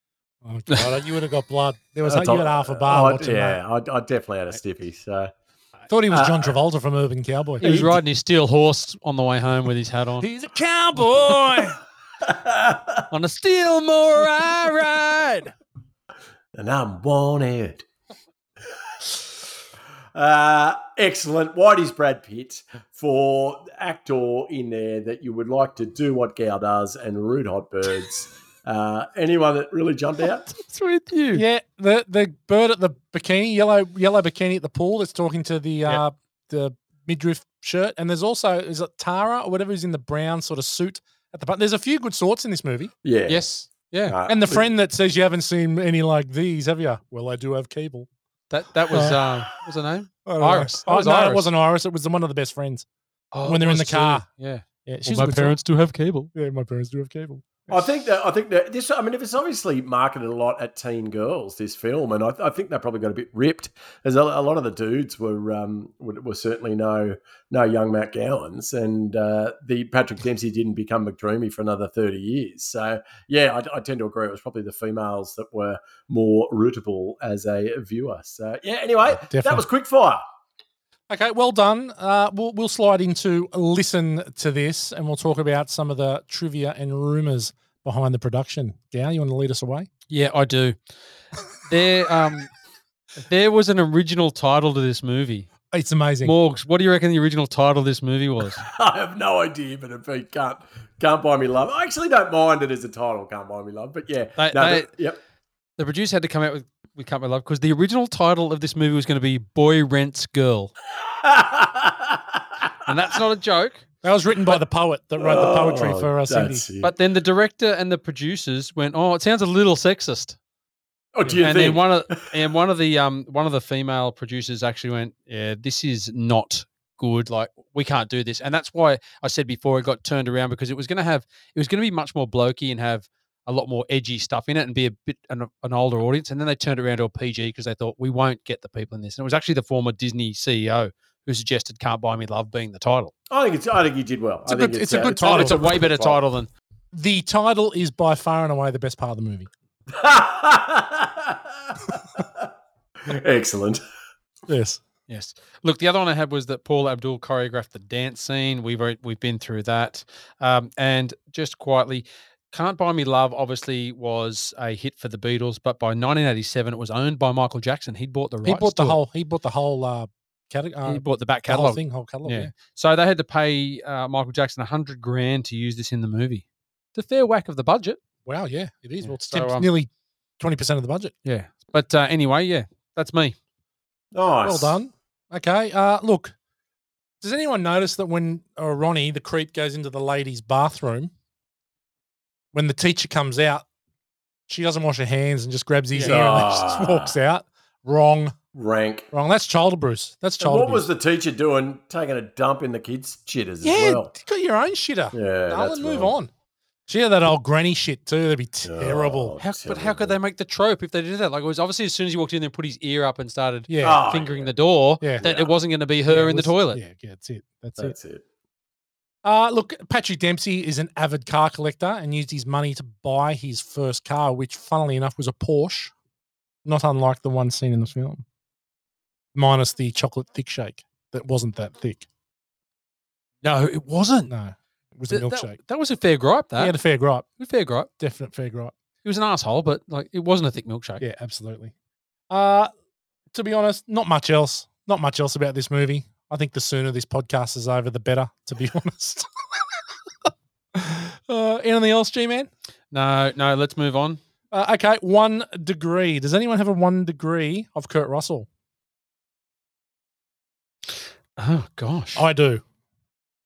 Oh, God, you would have got blood. There was
That's
you
all-
had half a bar.
I-
watching that.
yeah, I, I definitely had a stiffy. So
Thought he was
Uh,
John Travolta from Urban Cowboy.
He was riding his steel horse on the way home with his hat on.
He's a cowboy.
on a steel moor I ride.
and I'm wanted. Uh, excellent. Whitey's Brad Pitt for actor in there that you would like to do what Gow does and root hot birds. uh, anyone that really jumped out?
What's with you?
yeah, the the bird at the bikini, yellow yellow bikini at the pool that's talking to the
Yeah.
uh the midriff shirt. And there's also is it Tara or whatever who's in the brown sort of suit at the but there's a few good sorts in this movie.
Yeah.
Yes. Yeah.
Uh,
And the friend that says you haven't seen any like these, have you? Well, I do have cable.
That that was um what's her name?
I don't know.
Iris. That
Oh,
was
no,
Iris.
it wasn't Iris. It was the- one of the best friends.
Oh,
When they're
it
in
was
the car.
too. Yeah.
Yeah,
Well, my parents do have cable.
Yeah, my parents do have cable.
I think that I think that this. I mean, it was obviously marketed a lot at teen girls. This film, and I, I think they probably got a bit ripped, as a, a lot of the dudes were um, were, were certainly no no young Matt Gowans, and uh, the Patrick Dempsey didn't become McDreamy for another thirty years. So yeah, I, I tend to agree. It was probably the females that were more rootable as a viewer. So yeah, anyway, that
definitely.
was quick fire.
Okay, well done. Uh, we'll, we'll slide into listen to this and we'll talk about some of the trivia and rumors behind the production. Gow, you want to lead us away?
Yeah, I do. There um there was an original title to this movie.
It's amazing.
Morgs, what do you reckon the original title of this movie was?
I have no idea, but if it can't can't buy me love, I actually don't mind it as a title. Can't buy me love, but yeah,
They-
no,
they-
but- yep.
the producer had to come out with we can't be love because the original title of this movie was going to be Boy Rents Girl, and that's not a joke.
that was written by the poet that wrote the poetry
Oh,
for uh, Cindy.
that's it.
But then the director and the producers went, "Oh, it sounds a little sexist."
oh, do you
and
think?
then one of and one of the um one of the female producers actually went, "Yeah, this is not good. Like we can't do this." And that's why I said before it got turned around because it was going to have it was going to be much more blokey and have a lot more edgy stuff in it and be a bit an, an older audience. And then they turned it around to a PG because they thought we won't get the people in this. And it was actually the former Disney CEO who suggested "Can't Buy Me Love" being the title.
I think it's. I think you did well.
It's
I
a
think
good- it's a good title.
It's a way better title than
The title is by far and away the best part of the movie.
Excellent.
Yes.
Yes. Look, the other one I had was that Paul Abdul choreographed the dance scene. We've al- we've been through that, um, and just quietly, "Can't Buy Me Love" obviously was a hit for the Beatles, but by 1987, it was owned by Michael Jackson. He bought the rights.
He bought the
to it.
whole he bought the whole uh, cate- uh,
He bought the back
the whole
catalog.
thing, whole catalog.
Yeah.
Yeah.
So they had to pay uh, Michael Jackson a hundred grand to use this in the movie. It's a fair whack of the budget.
Wow, yeah, it is.
Yeah.
Well, it's
So,
10
um,
nearly twenty percent of the budget.
Yeah. But uh, anyway, yeah, that's me.
Nice.
Well done. Okay. Uh, look, does anyone notice that when uh, Ronnie, the creep, goes into the ladies' bathroom, when the teacher comes out, she doesn't wash her hands and just grabs his
Yeah.
ear and just
Ah.
walks out? Wrong.
Rank.
Wrong. That's child abuse. That's
And
child
what
abuse.
was the teacher doing? Taking a dump in the kids' chitters
yeah,
as well.
you got your own shitter.
Yeah. that's
Darling, move
wrong.
on. She had that old granny shit too. That'd be terrible.
Oh,
How, but how could they
terrible.
make the trope if they did that? Like it was obviously as soon as he walked in, they put his ear up and started
Yeah.
Oh,
fingering the door.
yeah.
That it wasn't going to be her
Yeah,
in the
was-
toilet.
Yeah, yeah, that's it. That's, it.
That's it.
Uh, look, Patrick Dempsey is an avid car collector and used his money to buy his first car, which, funnily enough, was a Porsche, not unlike the one seen in the film, minus the chocolate thick shake that wasn't that thick.
No, it wasn't.
No, it was a
Th- that,
milkshake.
that was a fair gripe.
he
That
had a fair gripe,
a fair gripe.
definite fair gripe.
He was an asshole, but like it wasn't a thick milkshake.
Yeah, absolutely. Uh, to be honest, not much else. Not much else about this movie. I think the sooner this podcast is over, the better. To be honest. uh, anything else, G man?
No, no. Let's move on.
Uh, okay, one degree. Does anyone have a one degree of Kurt Russell?
Oh gosh.
I do.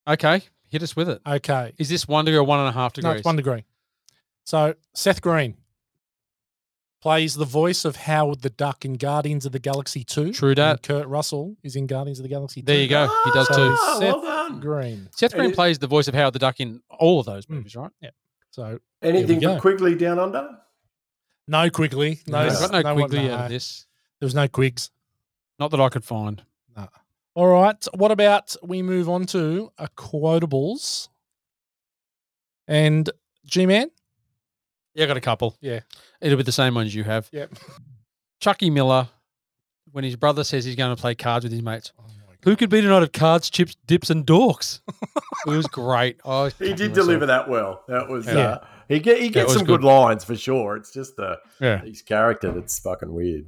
okay, hit us with it.
Okay.
Is this one degree or one and a half
No,
degrees?
it's one degree. So Seth Green plays the voice of Howard the Duck in Guardians of the Galaxy 2.
True
and
dat.
Kurt Russell is in Guardians of the Galaxy 2.
There you go. He does
So
too.
Ah, well
Seth
done.
Green.
Seth Green
it-
plays the voice of Howard the Duck in all of those
Mm.
movies, right? Yeah.
So
Anything
Here
from
we go.
Quigley down under?
no Quigley. No,
No,
Nice.
got no,
one-
quickly out
no.
of this.
There was no Quigs.
Not that I could find.
No. All right. What about we move on to a quotables? And G Man?
Yeah, I got a couple.
Yeah.
It'll be the same ones you have.
Yep.
Chucky Miller, when his brother says he's going to play cards with his mates.
Oh
Who could beat a night of cards, chips, dips, and dorks? it was great. I was
He
cracking
did
myself.
deliver that well. That was
Yeah.
uh, he get, he gets
was
some good,
good.
lines for sure. It's just uh, the
Yeah.
his character that's fucking weird.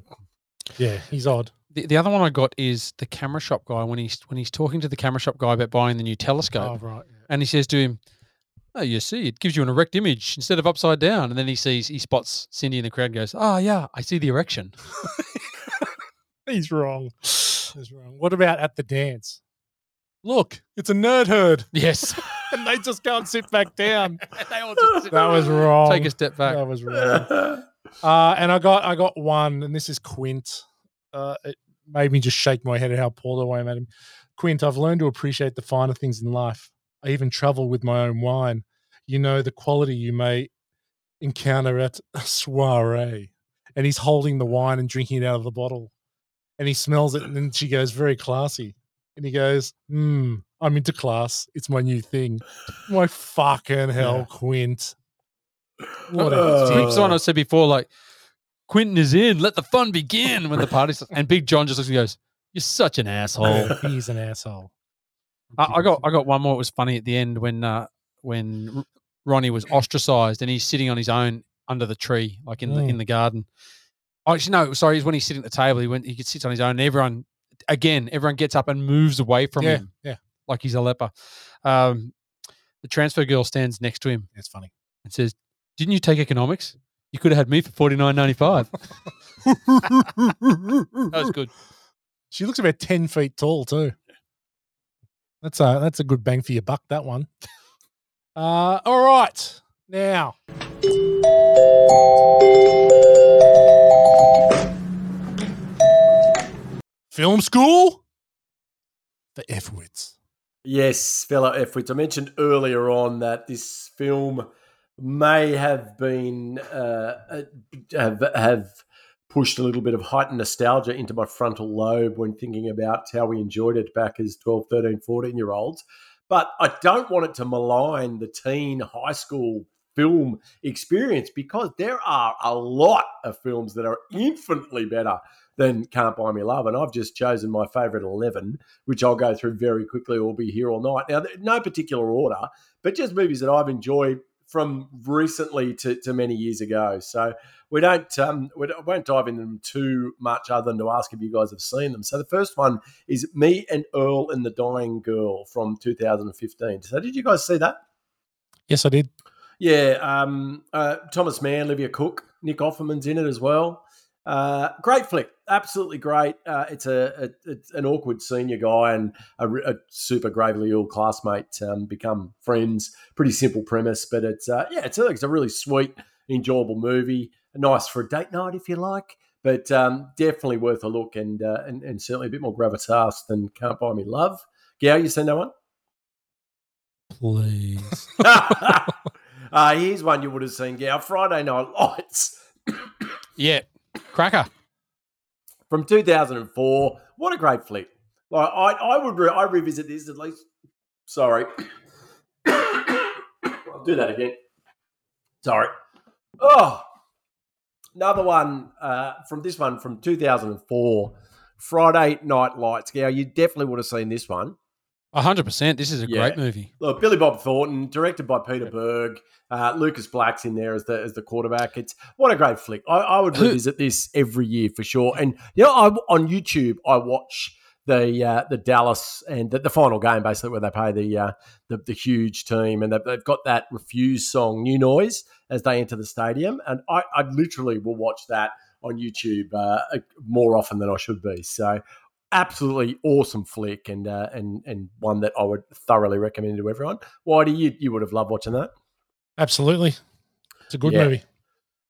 Yeah, he's odd.
The, the other one I got is the camera shop guy when he's when he's talking to the camera shop guy about buying the new telescope.
Oh, right.
And he says to him, Oh, you see, it gives you an erect image instead of upside down. And then he sees, he spots Cindy in the crowd and goes, Oh, yeah, I see the erection.
He's wrong. He's wrong. What about at the dance? Look, it's a nerd herd,
Yes.
and they just can't sit back down.
they all just
That was wrong.
take a step back.
That was wrong.
That's
Uh, and I got I got one, and this is Quint. Uh, it made me just shake my head at how appalled I am at him. Quint, I've learned to appreciate the finer things in life. I even travel with my own wine. You know the quality you may encounter at a soiree. And he's holding the wine and drinking it out of the bottle. And he smells it, and then she goes, very classy. And he goes, hmm, I'm into class. It's my new thing. My fucking hell, Quint. What a
Uh,
dick.
Keeps on, I said before, like, Quentin is in, let the fun begin when the party starts. And Big John just looks and goes, You're such an asshole.
he's an asshole.
I, I got I got one more. It was funny at the end when uh, when R- Ronnie was ostracized and he's sitting on his own under the tree, like in the
Mm.
in the garden. Oh, actually, no, sorry, it's when he's sitting at the table. He went he sits on his own. And everyone again, everyone gets up and moves away from
yeah,
him
yeah,
like he's a leper. Um, the transfer girl stands next to him
it's funny.
and says, "Didn't you take economics? You could have had me for forty nine ninety five. That was good.
She looks about ten feet tall too. That's a that's a good bang for your buck. That one. Uh, all right, now film school for F wits.
Yes, fellow F-wits. I mentioned earlier on that this film may have been uh, uh, have have pushed a little bit of heightened nostalgia into my frontal lobe when thinking about how we enjoyed it back as 12, 13, 14 year olds. But I don't want it to malign the teen high school film experience because there are a lot of films that are infinitely better than Can't Buy Me Love. And I've just chosen my favorite 11 which I'll go through very quickly. We'll be here all night. Now, th- no particular order, but just movies that I've enjoyed from recently to, to many years ago. So we don't um, we don't, won't dive into them too much, other than to ask if you guys have seen them. So the first one is Me and Earl and the Dying Girl from 2015. So did you guys see that?
Yes, I did.
Yeah, um, uh, Thomas Mann, Olivia Cook, Nick Offerman's in it as well. Uh, great flick, absolutely great. Uh, it's a, a it's an awkward senior guy and a, re- a super gravely ill classmate um, become friends. Pretty simple premise, but it's uh, yeah, it's a, it's a really sweet, enjoyable movie. Nice for a date night if you like, but um, definitely worth a look and, uh, and and certainly a bit more gravitas than Can't Buy Me Love. Gao, you seen that one?
Please.
uh, here's one you would have seen, Gow. Friday Night Lights
Yeah, cracker.
from 2004. What a great flick! Like I, I would, re- I revisit this at least. Sorry, I'll do that again. Sorry. Oh, another one uh, from this one from 2004. Friday Night Lights. Gow, you definitely would have seen this one.
hundred percent. This is a
Yeah.
great movie.
Look, Billy Bob Thornton, directed by Peter Berg. Uh, Lucas Black's in there as the as the quarterback. It's what a great flick. I, I would
Who-
revisit this every year for sure. And you know, I, on YouTube, I watch the uh, the Dallas and the, the final game basically where they play the uh, the, the huge team and they've, they've got that refuse song new noise as they enter the stadium and I, I literally will watch that on YouTube uh, more often than I should be. So absolutely awesome flick and uh, and and one that I would thoroughly recommend to everyone. Why do you you would have loved watching that?
Absolutely, it's a good
Yeah.
movie.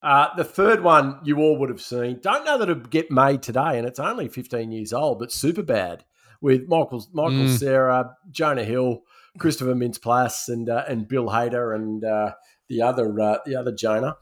Uh, the third one you all would have seen. Don't know that it'd get made today, and it's only 15 years old, but super bad with Michael Michael
Mm.
Sarah, Jonah Hill, Christopher Mintz Plasse, and uh, and Bill Hader and uh, the other uh, the other Jonah.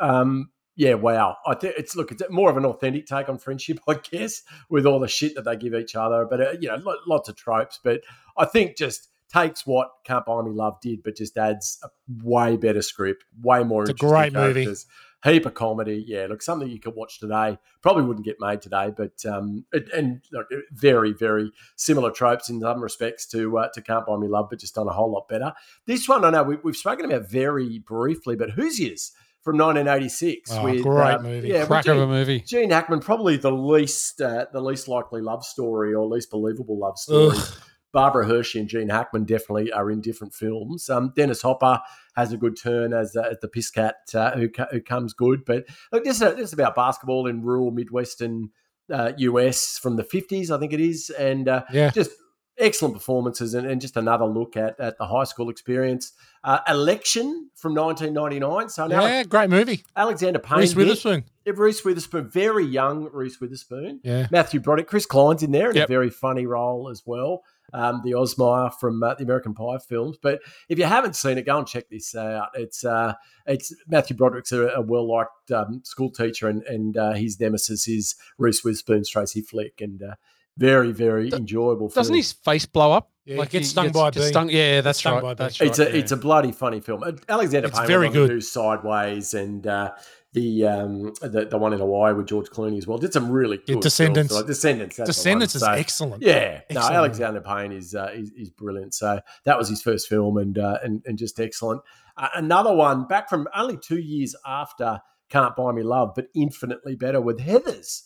Um, yeah, wow. I think it's look, it's more of an authentic take on friendship, I guess, with all the shit that they give each other. But uh, you know, lo- lots of tropes. But I think just takes what Can't Buy Me Love did, but just adds a way better script, way more.
It's a
interesting
great movie.
characters, Heap of comedy, yeah. Look, something you could watch today. Probably wouldn't get made today, but um, it, and look, very, very similar tropes in some respects to uh, to Can't Buy Me Love, but just done a whole lot better. This one, I know we, we've spoken about very briefly, but Who's Yours from 1986.
Oh,
with,
great
uh,
movie.
Yeah, with
Crack of a
Gene,
movie.
Gene Hackman, probably the least uh, the least likely love story or least believable love story.
Ugh.
Barbara Hershey and Gene Hackman definitely are in different films. Um, Dennis Hopper has a good turn as, uh, as the piss cat uh, who, co- who comes good. But look, this is, this is about basketball in rural Midwestern uh, US from the 50s, I think it is. And uh,
Yeah.
just excellent performances and, and just another look at, at the high school experience. Uh, Election from 1999. So now
Yeah, great movie.
Alexander Payne.
Reese
did-
Witherspoon.
Reese Witherspoon, very young Reese Witherspoon.
Yeah.
Matthew Broderick, Chris Klein's in there in a
Yep.
very funny role as well. Um, the Osmeyer from uh, the American Pie films. But if you haven't seen it, go and check this out. It's uh, it's Matthew Broderick's a, a well liked um, school teacher, and and uh, his nemesis is Reese Witherspoon's Tracy Flick, and uh, very very
Do-
enjoyable.
Doesn't
film.
his face blow up?
Yeah, he gets stung by a
gets
bee.
stung- Yeah, that's
stung by a
right.
bee.
That's right.
It's a it's a bloody funny film. Uh, Alexander
It's
Payne
very
very
good.
good. Do Sideways and uh, the um the, the one in Hawaii with George Clooney as well. Did some really good
Yeah, Descendants.
films. Like Descendants. That's the one.
Descendants is
So,
excellent.
Yeah, no,
Excellent.
Alexander Payne is, uh, is is brilliant. So that was his first film, and uh, and and just excellent. Uh, another one back from only two years after Can't Buy Me Love, but infinitely better with Heather's,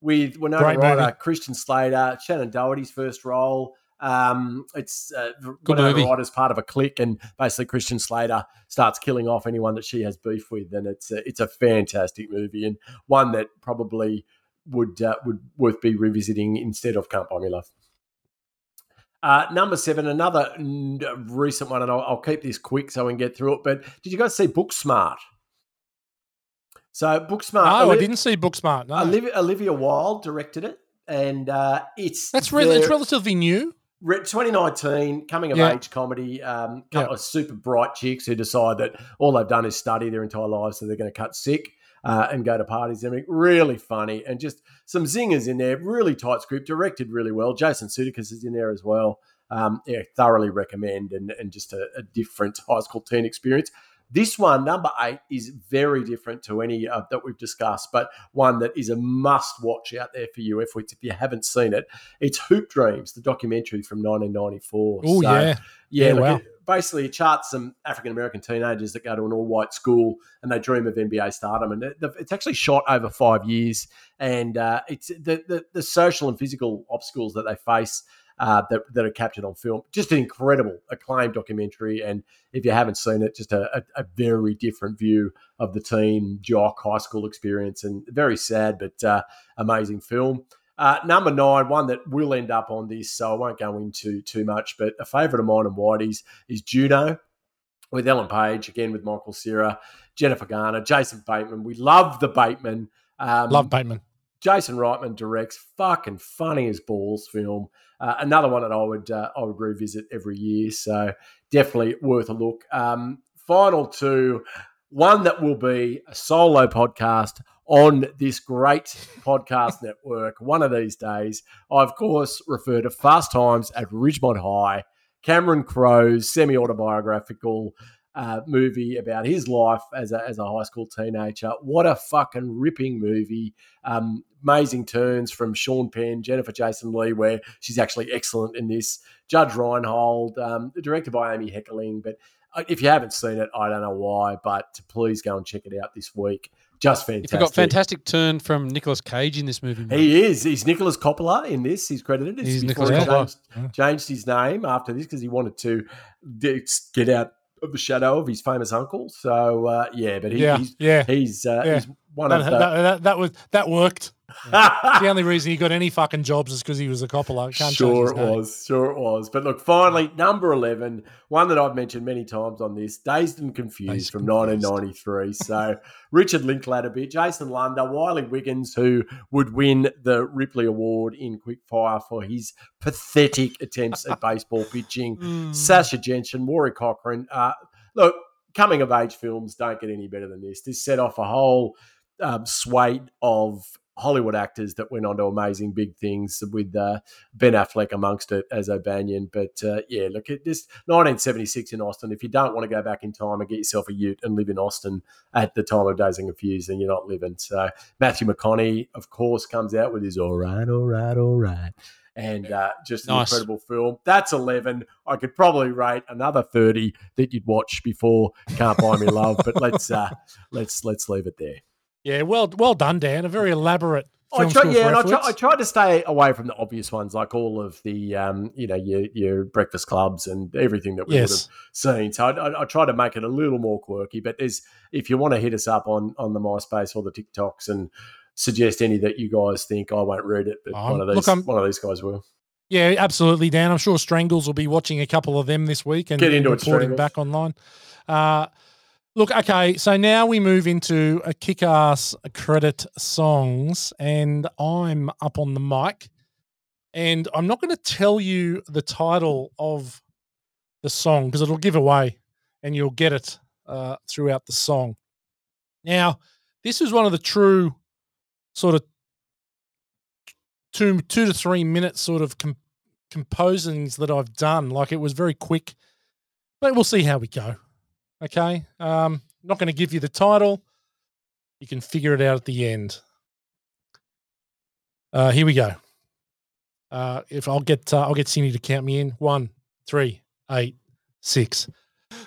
with Winona
Great
Ryder,
movie.
Christian Slater, Shannon Doherty's first role. Um, it's uh,
Good
Winona
movie.
Ryder's part of a clique, and basically Christian Slater starts killing off anyone that she has beef with, and it's a, it's a fantastic movie and one that probably would uh, would worth be revisiting instead of Can't Buy Me Love. Uh, number seven, another mm, recent one, and I'll, I'll keep this quick so we can get through it. But did you guys see Booksmart? So Booksmart,
No, I
Oli-
didn't see Booksmart. No.
Olivia, Olivia Wilde directed it, and uh, it's
that's really it's
very-
relatively new.
Re- 2019 coming of
Yeah.
age comedy um couple of super bright chicks who decide that all they've done is study their entire lives so they're going to cut sick uh, and go to parties and everything. really funny and just some zingers in there really tight script directed really well jason sudeikis is in there as well um yeah thoroughly recommend and and just a, a different high school teen experience this one number eight is very different to any uh, that we've discussed but one that is a must watch out there for you if, we, if you haven't seen it it's Hoop Dreams, the documentary from 1994. So,
Oh yeah,
yeah.
Yeah,
look,
wow.
it- basically, it charts some African American teenagers that go to an all-white school and they dream of NBA stardom. And it- it's actually shot over five years, and uh, it's the, the the social and physical obstacles that they face. Uh, that, that are captured on film. Just an incredible acclaimed documentary. And if you haven't seen it, just a, a, a very different view of the teen jock high school experience and very sad, but uh, amazing film. Uh, number nine, one that will end up on this, so I won't go into too much, but a favourite of mine and Whitey's is Juno with Ellen Page, again with Michael Cera, Jennifer Garner, Jason Bateman. We love the Bateman. Um,
love Bateman.
Jason Reitman directs fucking funny as balls film. Uh, another one that I would uh, I would revisit every year, so definitely worth a look. Um, final two, one that will be a solo podcast on this great podcast network one of these days. I of course refer to Fast Times at Ridgemont High, Cameron Crowe's semi-autobiographical uh, movie about his life as a, as a high school teenager. What a fucking ripping movie! um, amazing turns from Sean Penn, Jennifer Jason Lee, where she's actually excellent in this. Judge Reinhold, um, directed by Amy Heckerling. But uh, if you haven't seen it, I don't know why, but please go and check it out this week. Just
If
fantastic.
you got fantastic turn from Nicolas Cage in this movie, mate.
He is. He's Nicholas Coppola in this. He's credited. It's
He's
before
Nicolas
he
Coppola.
changed, changed his name after this because he wanted to d- get out of the shadow of his famous uncle. So uh, yeah, but he,
yeah,
he's
yeah.
he's, uh,
Yeah.
he's one
That,
of
that,
the.
that, that was that worked. The only reason he got any fucking jobs is because he was a Coppola. Can't
sure
change
it
his name.
was. Sure it was. But look, finally, number 11, one that I've mentioned many times on this, Dazed and Confused
Dazed
from
and Confused.
1993. so Richard Linklater, Jason Lunder, Wiley Wiggins, who would win the Ripley Award in Quickfire for his pathetic attempts at baseball pitching.
Hmm.
Sasha Jensen, Rory Cochrane. Uh, look, coming of age films don't get any better than this. This set off a whole um, swate of Hollywood actors that went on to amazing big things with uh, Ben Affleck amongst it as O'Banion. But uh, yeah, look at this 1976 in Austin. If you don't want to go back in time and get yourself a ute and live in Austin at the time of Days and Confused, then you're not living. So Matthew McConaughey, of course, comes out with his all right, all right, all right. And uh, just an
Nice.
incredible film. That's 11. I could probably rate another 30 that you'd watch before Can't Buy Me Love, but let's uh, let's let's leave it there.
Yeah, well, well done, Dan. A very elaborate.
I
Film
try,
school
yeah, and I, try,
reference.
I tried to stay away from the obvious ones, like all of the, um, you know, your, your breakfast clubs and everything that we would
yes.
have seen. So I, I, I try to make it a little more quirky. But there's, if you want to hit us up on on the MySpace or the TikToks and suggest any that you guys think, I won't read it, but
Um,
one of
look,
these
I'm-
one of these guys will.
Yeah, absolutely, Dan. I'm sure Strangles will be watching a couple of them this week and
Get into
and
it,
reporting
Strangles.
back online. Uh, look, okay, so now we move into a kick-ass credit songs, and I'm up on the mic, and I'm not going to tell you the title of the song because it'll give away, and you'll get it uh, throughout the song. Now, this is one of the true sort of two two to three minute sort of com- composings that I've done. Like it was very quick, but we'll see how we go. Okay, um, not going to give you the title. You can figure it out at the end. Uh, here we go. Uh, if I'll get uh, I'll get Cindy to count me in. One, three, eight, six.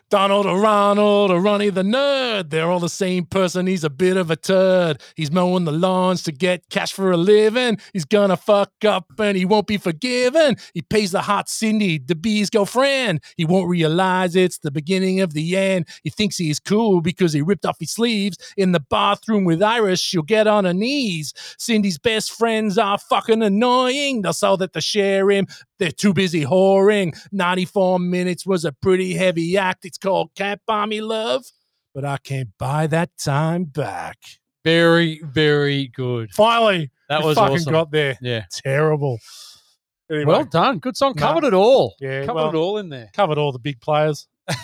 Donald or Ronald or Ronnie the nerd. They're all the same person. He's a bit of a turd. He's mowing the lawns to get cash for a living. He's gonna fuck up and he won't be forgiven. He pays the hot Cindy to be his girlfriend. He won't realize it's the beginning of the end. He thinks he's cool because he ripped off his sleeves. In the bathroom with Iris, she'll get on her knees. Cindy's best friends are fucking annoying. They'll sell that to share him. They're too busy whoring. 94 minutes was a pretty heavy act. It's called Can't Buy Me Love, but I can't buy that time back.
Very, very good.
Finally,
That
we
was
fucking
awesome.
got there.
yeah.
Terrible. Anyway,
Well done. Good song.
No.
Covered it all.
Yeah,
Covered
well-
it all in there.
covered all the big players. you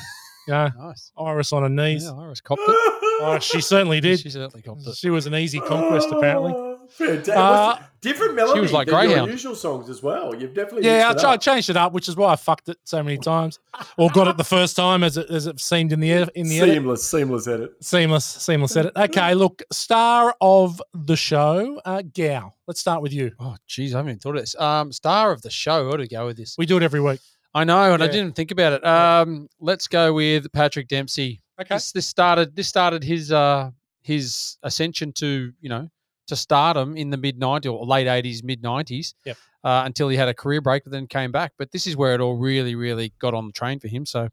know,
Nice.
Iris on her knees.
Yeah, Iris copped it.
Oh, she certainly did.
She certainly copped it.
She was an easy conquest, apparently.
Oh,
Fantastic.
Uh,
different melody.
was like
than your
Greyhound.
usual songs as well. You've definitely
Yeah, I,
mixed it
ch- I
up.
changed it up, which is why I fucked it so many times, or got it the first time as it as it seemed in the e- in the edit.
seamless, seamless edit.
Seamless, seamless edit. Okay, look, star of the show, uh, Gao. Let's start with you.
Oh, geez, I haven't even thought of this. Um, star of the show. I ought to go with this.
We do it every week.
I know, and I
Yeah.
didn't think about it. Um, let's go with Patrick Dempsey.
Okay.
This, this started. This started his uh his ascension to you know to stardom in the mid '90s or late '80s, mid '90s.
Yep.
Uh, until he had a career break, but then came back. But this is where it all really, really got on the train for him. So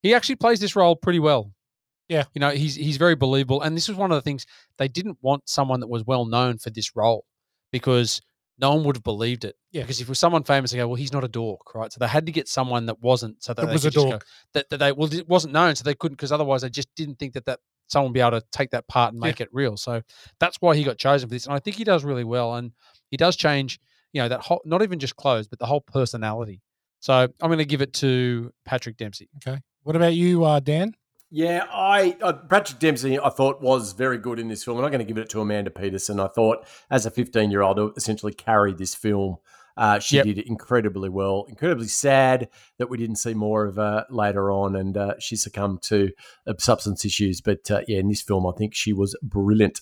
he actually plays this role pretty well.
Yeah.
You know, he's he's very believable, and this was one of the things they didn't want someone that was well known for this role because no one would have believed it.
Yeah.
Because if it was someone famous, they go, well, he's not a dork, right? So they had to get someone that wasn't, so that
It
they
was a
could just go-
dork.
that, that they well, it wasn't known, so they couldn't, because otherwise they just didn't think that that someone would be able to take that part and
Yeah.
make it real. So that's why he got chosen for this, and I think he does really well, and he does change, you know, that whole not even just clothes, but the whole personality. So I'm going to give it to Patrick Dempsey.
Okay. What about you, uh, Dan?
Yeah, I uh, Patrick Dempsey I thought was very good in this film, and I'm going to give it to Amanda Peterson. I thought as a 15 year old, essentially carried this film. Uh, she
Yep.
did incredibly well. Incredibly sad that we didn't see more of her later on, and uh, she succumbed to uh, substance issues. But uh, yeah, in this film, I think she was brilliant.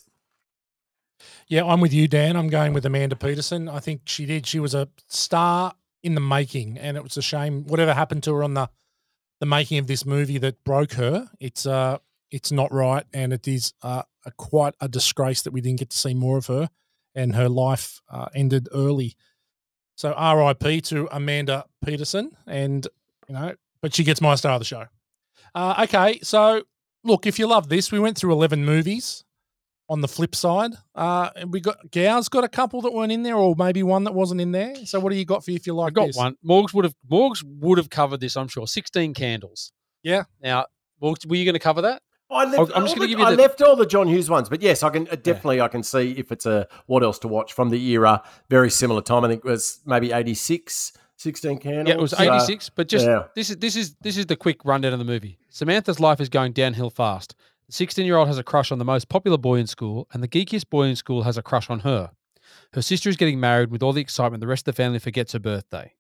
Yeah, I'm with you, Dan. I'm going with Amanda Peterson. I think she did. She was a star in the making, and it was a shame whatever happened to her on the the making of this movie that broke her. It's uh, it's not right, and it is uh, a, quite a disgrace that we didn't get to see more of her, and her life uh, ended early. So R.I.P. to Amanda Peterson, and you know, but she gets my star of the show. Uh, okay, so look, if you love this, we went through eleven movies on the flip side. Uh, and we got Gow's got a couple that weren't in there, or maybe one that wasn't in there. So what do you got for if you like?
I got
this?
one. Morgs would have Morgs would have covered this, I'm sure. 16 candles.
Yeah.
Now, Morgs, were you going to cover that?
I left,
I'm
all
just gonna
the-
give you
I
the-
left all the John Hughes ones, but yes, I can uh, definitely I can see if it's a what else to watch from the era. Very similar time. I think it was maybe 86, 16 candles.
Yeah, it was
So-
86, but just
yeah.
this is this is this is the quick rundown of the movie. Samantha's life is going downhill fast. The 16 year old has a crush on the most popular boy in school, and the geekiest boy in school has a crush on her. Her sister is getting married. With all the excitement, the rest of the family forgets her birthday.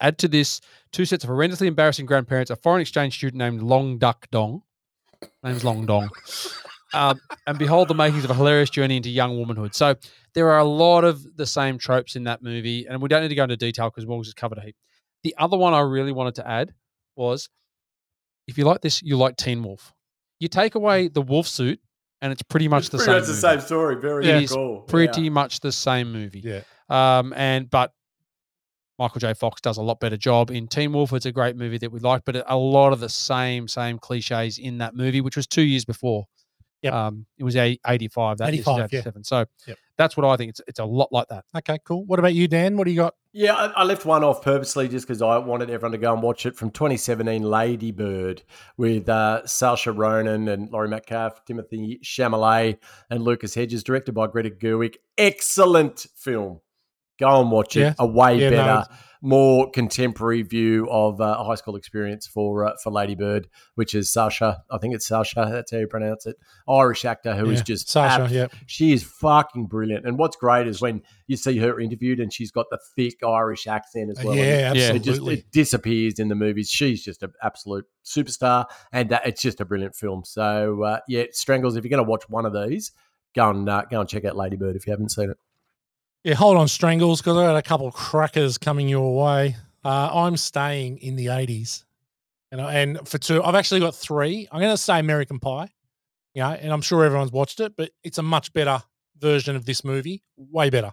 Add to this two sets of horrendously embarrassing grandparents, a foreign exchange student named Long Duck Dong. Name's Long Dong. Um, and behold the makings of a hilarious journey into young womanhood. So there are a lot of the same tropes in that movie, and we don't need to go into detail because Morgs has covered a heap. The other one I really wanted to add was if you like this, you like Teen Wolf. You take away the wolf suit, and it's pretty much
It's
the
pretty
same.
much the
movie.
same story. Very
It is
cool.
Pretty
Yeah.
much the same movie.
Yeah.
Um, and but Michael J. Fox does a lot better job in Teen Wolf. It's a great movie that we like, but a lot of the same same cliches in that movie, which was two years before.
Yep.
Um, it was a eighty five. That
85, yeah.
eighty seven. So
Yep.
that's what I think. It's it's a lot like that.
Okay, cool. What about you, Dan? What do you got?
Yeah, I, I left one off purposely just because I wanted everyone to go and watch it from 2017 Lady Bird with uh, Saoirse Ronan and Laurie Metcalf, Timothy Chalamet, and Lucas Hedges, directed by Greta Gerwig. Excellent film. Go and watch it.
Yeah.
A way
Yeah, no,
better, more contemporary view of uh, a high school experience for uh, for Lady Bird, which is Saoirse. I think it's Saoirse. That's how you pronounce it. Irish actor who is
Yeah,
just
Sasha?
ab-
yeah.
she is fucking brilliant. And what's great is when you see her interviewed and she's got the thick Irish accent as well.
Uh, yeah,
And
Yeah.
It just
absolutely.
it disappears in the movies. She's just an absolute superstar, and uh, it's just a brilliant film. So uh, yeah, Strangles. If you're going to watch one of these, go and uh, go and check out Lady Bird if you haven't seen it.
Yeah, hold on, Strangles, because I got a couple crackers coming your way. Uh, I'm staying in the 80s. And, I- and for two, I've actually got three. I'm going to say American Pie, you know, and I'm sure everyone's watched it, but it's a much better version of this movie, way better.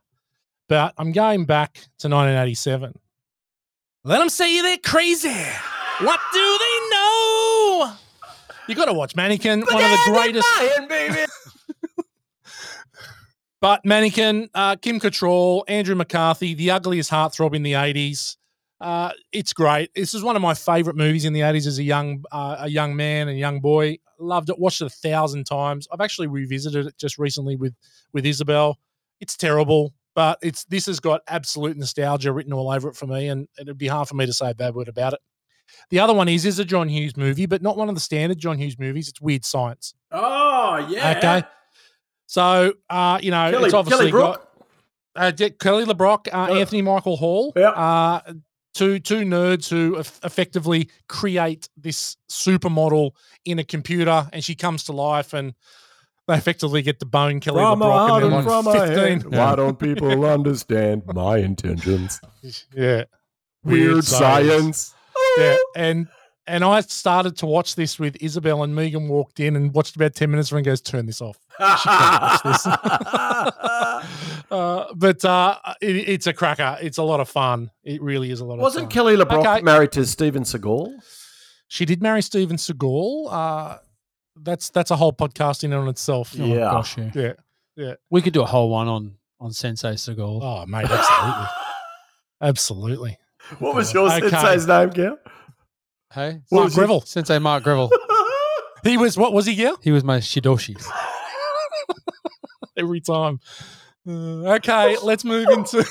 But I'm going back to 1987. Let them say they're crazy. What do they know? You got to watch Mannequin, one of the greatest. But Mannequin, uh, Kim Cattrall, Andrew McCarthy, the ugliest heartthrob in the eighties. Uh, it's great. This is one of my favorite movies in the eighties as a young uh, a young man and young boy. Loved it. Watched it a thousand times. I've actually revisited it just recently with with Isabel. It's terrible, but it's this has got absolute nostalgia written all over it for me, and it'd be hard for me to say a bad word about it. The other one is is a John Hughes movie, but not one of the standard John Hughes movies. It's Weird Science.
Oh yeah.
Okay. So uh, you know,
Kelly,
it's obviously
Kelly
got.
Brook.
Uh, Dick Kelly LeBrock, uh,
Uh,
Anthony Michael Hall.
yeah.
Uh, two two nerds who eff- effectively create this supermodel in a computer, and she comes to life, and they effectively get to bone Kelly LeBrock, and they're like fifteen.
Why
don't people understand my intentions?
Yeah, Weird science. yeah, and. And I started to watch this with Isabel, and Megan walked in and watched about 10 minutes of it and goes, Turn this off. Uh, but uh, it, it's a cracker. It's a lot of fun. It really is a lot of fun.
Wasn't Kelly LeBrock
uh, Okay. Oh,
married to Steven Seagal?
She did marry Steven Seagal. Uh, that's that's a whole podcast in and on itself.
Yeah.
Gosh, yeah.
Yeah.
We could do a whole one on on Sensei Seagal.
Oh, mate, absolutely. absolutely.
What was your
Okay.
sensei's name, Gal?
Hey,
What
Mark
was he-
Greville.
Sensei Mark Greville.
He was, what was he, yeah?
He was my shidoshi.
Every time. Uh, okay, let's move into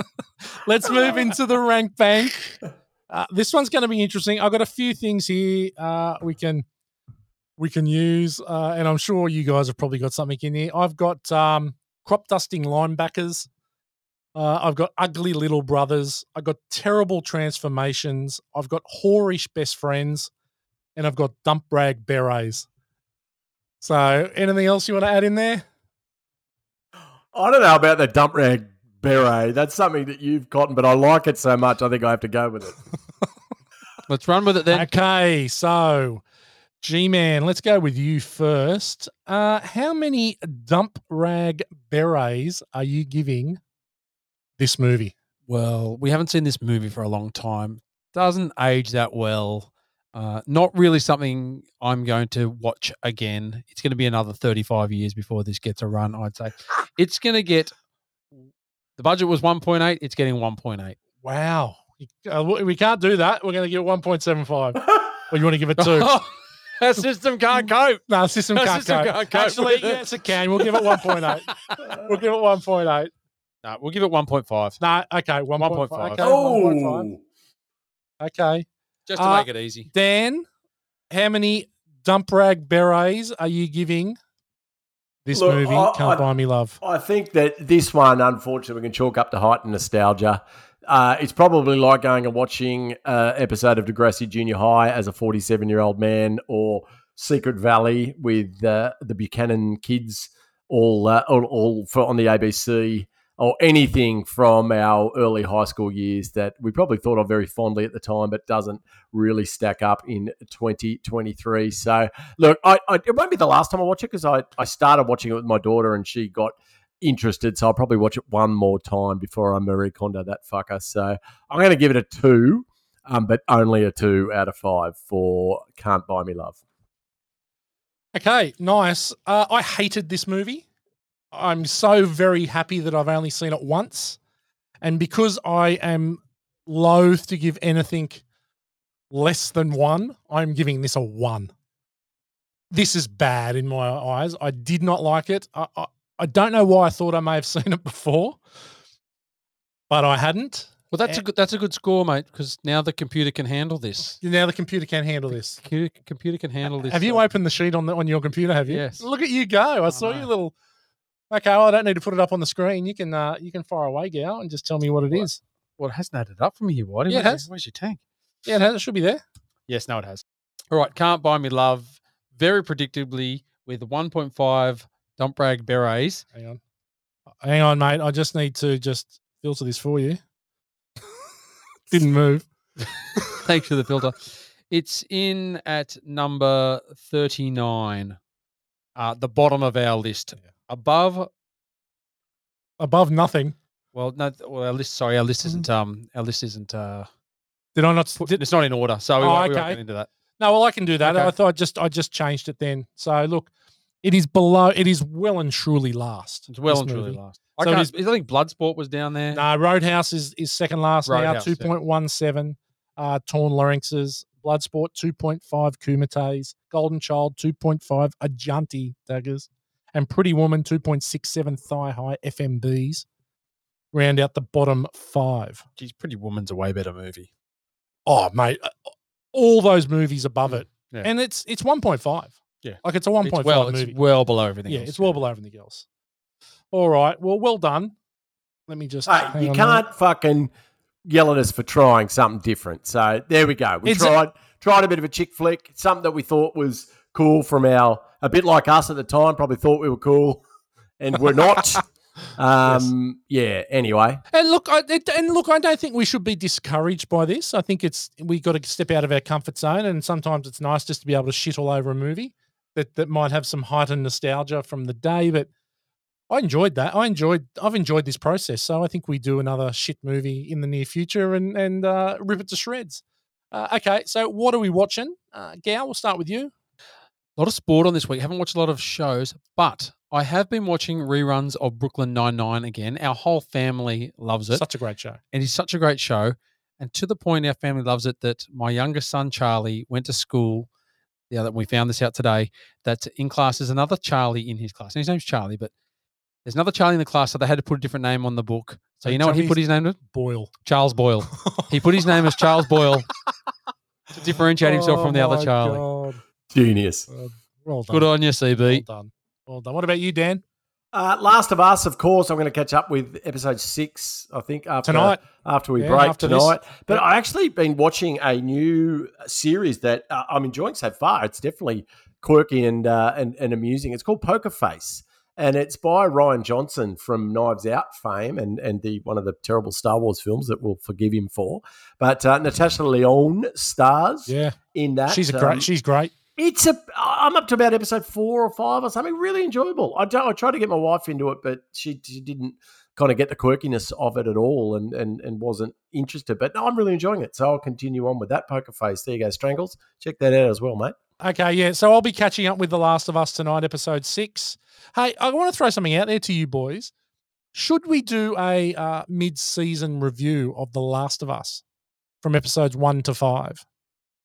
let's move into the rank bank. Uh, this one's going to be interesting. I've got a few things here uh, we can we can use, uh, and I'm sure you guys have probably got something in here. I've got um, crop dusting linebackers. Uh, I've got ugly little brothers. I've got terrible transformations. I've got whorish best friends, and I've got dump rag berets. So, anything else you want to add in there?
I don't know about the dump rag beret. That's something that you've gotten, but I like it so much. I think I have to go with it.
Let's run with it then.
Okay, so G Man, let's go with you first. Uh, how many dump rag berets are you giving this movie?
Well, we haven't seen this movie for a long time. Doesn't age that well. Uh, not really something I'm going to watch again. It's going to be another 35 years before this gets a run, I'd say. It's going to get the budget was 1.8, it's getting 1.8.
Wow. Uh, w- we can't do that. We're going to give it 1.75. or you want to give it two?
Our system can't cope.
no, system
Our
can't
system
go.
can't cope
Actually,
with it.
yes, it can. We'll give it 1.8. we'll give it 1.8.
No, we'll give it 1.5
No, okay, 1.5.
1.5.
Okay, 1.5.
oh,
Okay.
just to
Uh,
make it easy.
Dan, how many dump rag berets are you giving this
Look,
movie?
I-
Can't
I-
buy me love.
I think that this one, unfortunately, we can chalk up to height and nostalgia. Uh, it's probably like going and watching an episode of Degrassi Junior High as a 47 year old man or Secret Valley with uh, the Buchanan kids all, uh, all, all for, on the ABC or anything from our early high school years that we probably thought of very fondly at the time, but doesn't really stack up in 2023. So, look, I, I, it won't be the last time I watch it because I, I started watching it with my daughter and she got interested. So I'll probably watch it one more time before I Marie Kondo that fucker. So I'm going to give it a two, um, but only a two out of five for Can't Buy Me Love.
Okay, nice. Uh, I hated this movie. I'm so very happy that I've only seen it once. And because I am loath to give anything less than one, I'm giving this a one. This is bad in my eyes. I did not like it. I, I, I don't know why I thought I may have seen it before, but I hadn't.
Well, that's a
Eh
good that's a good score, mate. Because now the computer can handle this.
Now the computer can handle this.
Computer, computer can handle this.
Have you opened the sheet on the, on your computer? Have you?
Yes.
Look at you go! I
I
saw your
know.
little. Okay, well, I don't need to put it up on the screen. You can uh, you can fire away, Gal, and just tell me what it
What?
is.
Well, it hasn't added up for me here, Whitey.
Yeah, it
Where's your-
has.
Where's your tank?
Yeah, it, has, it should be there.
Yes, no, it has. All right, can't buy me love. Very predictably, with 1.5 dump rag berets.
Hang on, hang on, mate. I just need to just filter this for you. Didn't move.
Thanks for the filter. It's in at number 39, uh, the bottom of our list. Above,
Above nothing.
well, no, th- well, our list. Sorry, our list isn't. Um, our list isn't. Uh,
Did I not? s-
put,
Did,
it's not in order, so we,
Oh,
won't, we won't
okay.
get into that.
no, well, I can do that.
Okay.
I thought I just I just changed it then. So look, it is below. It is well and truly last.
It's well
this
and truly
movie.
last. I
So
can't.
is-
I think Bloodsport was down there.
No, Roadhouse is, is second last
Roadhouse,
now,
yeah.
2.17. Uh, Torn Larynxes, Bloodsport, 2.5 Kumites, Golden Child, 2.5 Ajanti Daggers, and Pretty Woman, 2.67 Thigh High FMBs. Round out the bottom five.
Geez, Pretty Woman's a way better movie.
Oh, mate, uh, all those movies above it.
Mm, Yeah.
And it's it's 1.5.
Yeah.
Like it's a 1.5
It's well,
movie.
it's well below everything.
yeah,
else.
it's well below everything else. All right. Well, well done. Let me just.
Hey,
hang
you
on a minute.
can't fucking yell at us for trying something different. So there we go. We
It's a-
tried tried a bit of a chick flick, something that we thought was cool from our a bit like us at the time, probably thought we were cool and we're not. um yeah, anyway.
And look, I, it- and look, I don't think we should be discouraged by this. I think it's we got to step out of our comfort zone, and sometimes it's nice just to be able to shit all over a movie that that might have some heightened nostalgia from the day. But I enjoyed that. I enjoyed. I've enjoyed this process, so I think we do another shit movie in the near future and and uh, rip it to shreds. Uh, okay, so what are we watching? Uh, Gal, we'll start with you.
A lot of sport on this week. Haven't watched a lot of shows, but I have been watching reruns of Brooklyn Nine Nine again. Our whole family loves it.
Such a great show.
it is such a great show, and to the point our family loves it that my youngest son Charlie went to school. The other we found this out today that in class there's another Charlie in his class. And his name's Charlie, but there's another Charlie in the class, so they had to put a different name on the book.
So
So you know what he
Charlie's-
put his name to?
Boyle.
Charles Boyle. He put his name as Charles Boyle to differentiate himself
Oh
from the other
my
Charlie.
God. Uh,
Genius.
Well done.
Good on you,
Well
CB.
done. Well done. What about you, Dan?
Uh, Last of Us, of course, I'm going to catch up with episode six, I think, after
Tonight.
after we
Yeah,
break
after this.
tonight. But
Yep.
I actually been watching a new series that uh, I'm enjoying so far. It's definitely quirky and uh, and and amusing. It's called Poker Face, and it's by Ryan Johnson from Knives Out fame and and the one of the terrible Star Wars films that we'll forgive him for. But uh, Natasha Leone stars
Yeah,
in that.
she's a
Um,
great. She's great.
it's a i'm up to about episode four or five or something really enjoyable i don't i tried to get my wife into it but she, she didn't kind of get the quirkiness of it at all and and and wasn't interested but no, i'm really enjoying it so i'll continue on with that poker face there you go strangles check that out as well mate
Okay, yeah. So I'll be catching up with The Last of Us tonight, episode six. Hey, I want to throw something out there to you boys. Should we do a uh, mid-season review of The Last of Us from episodes one to five?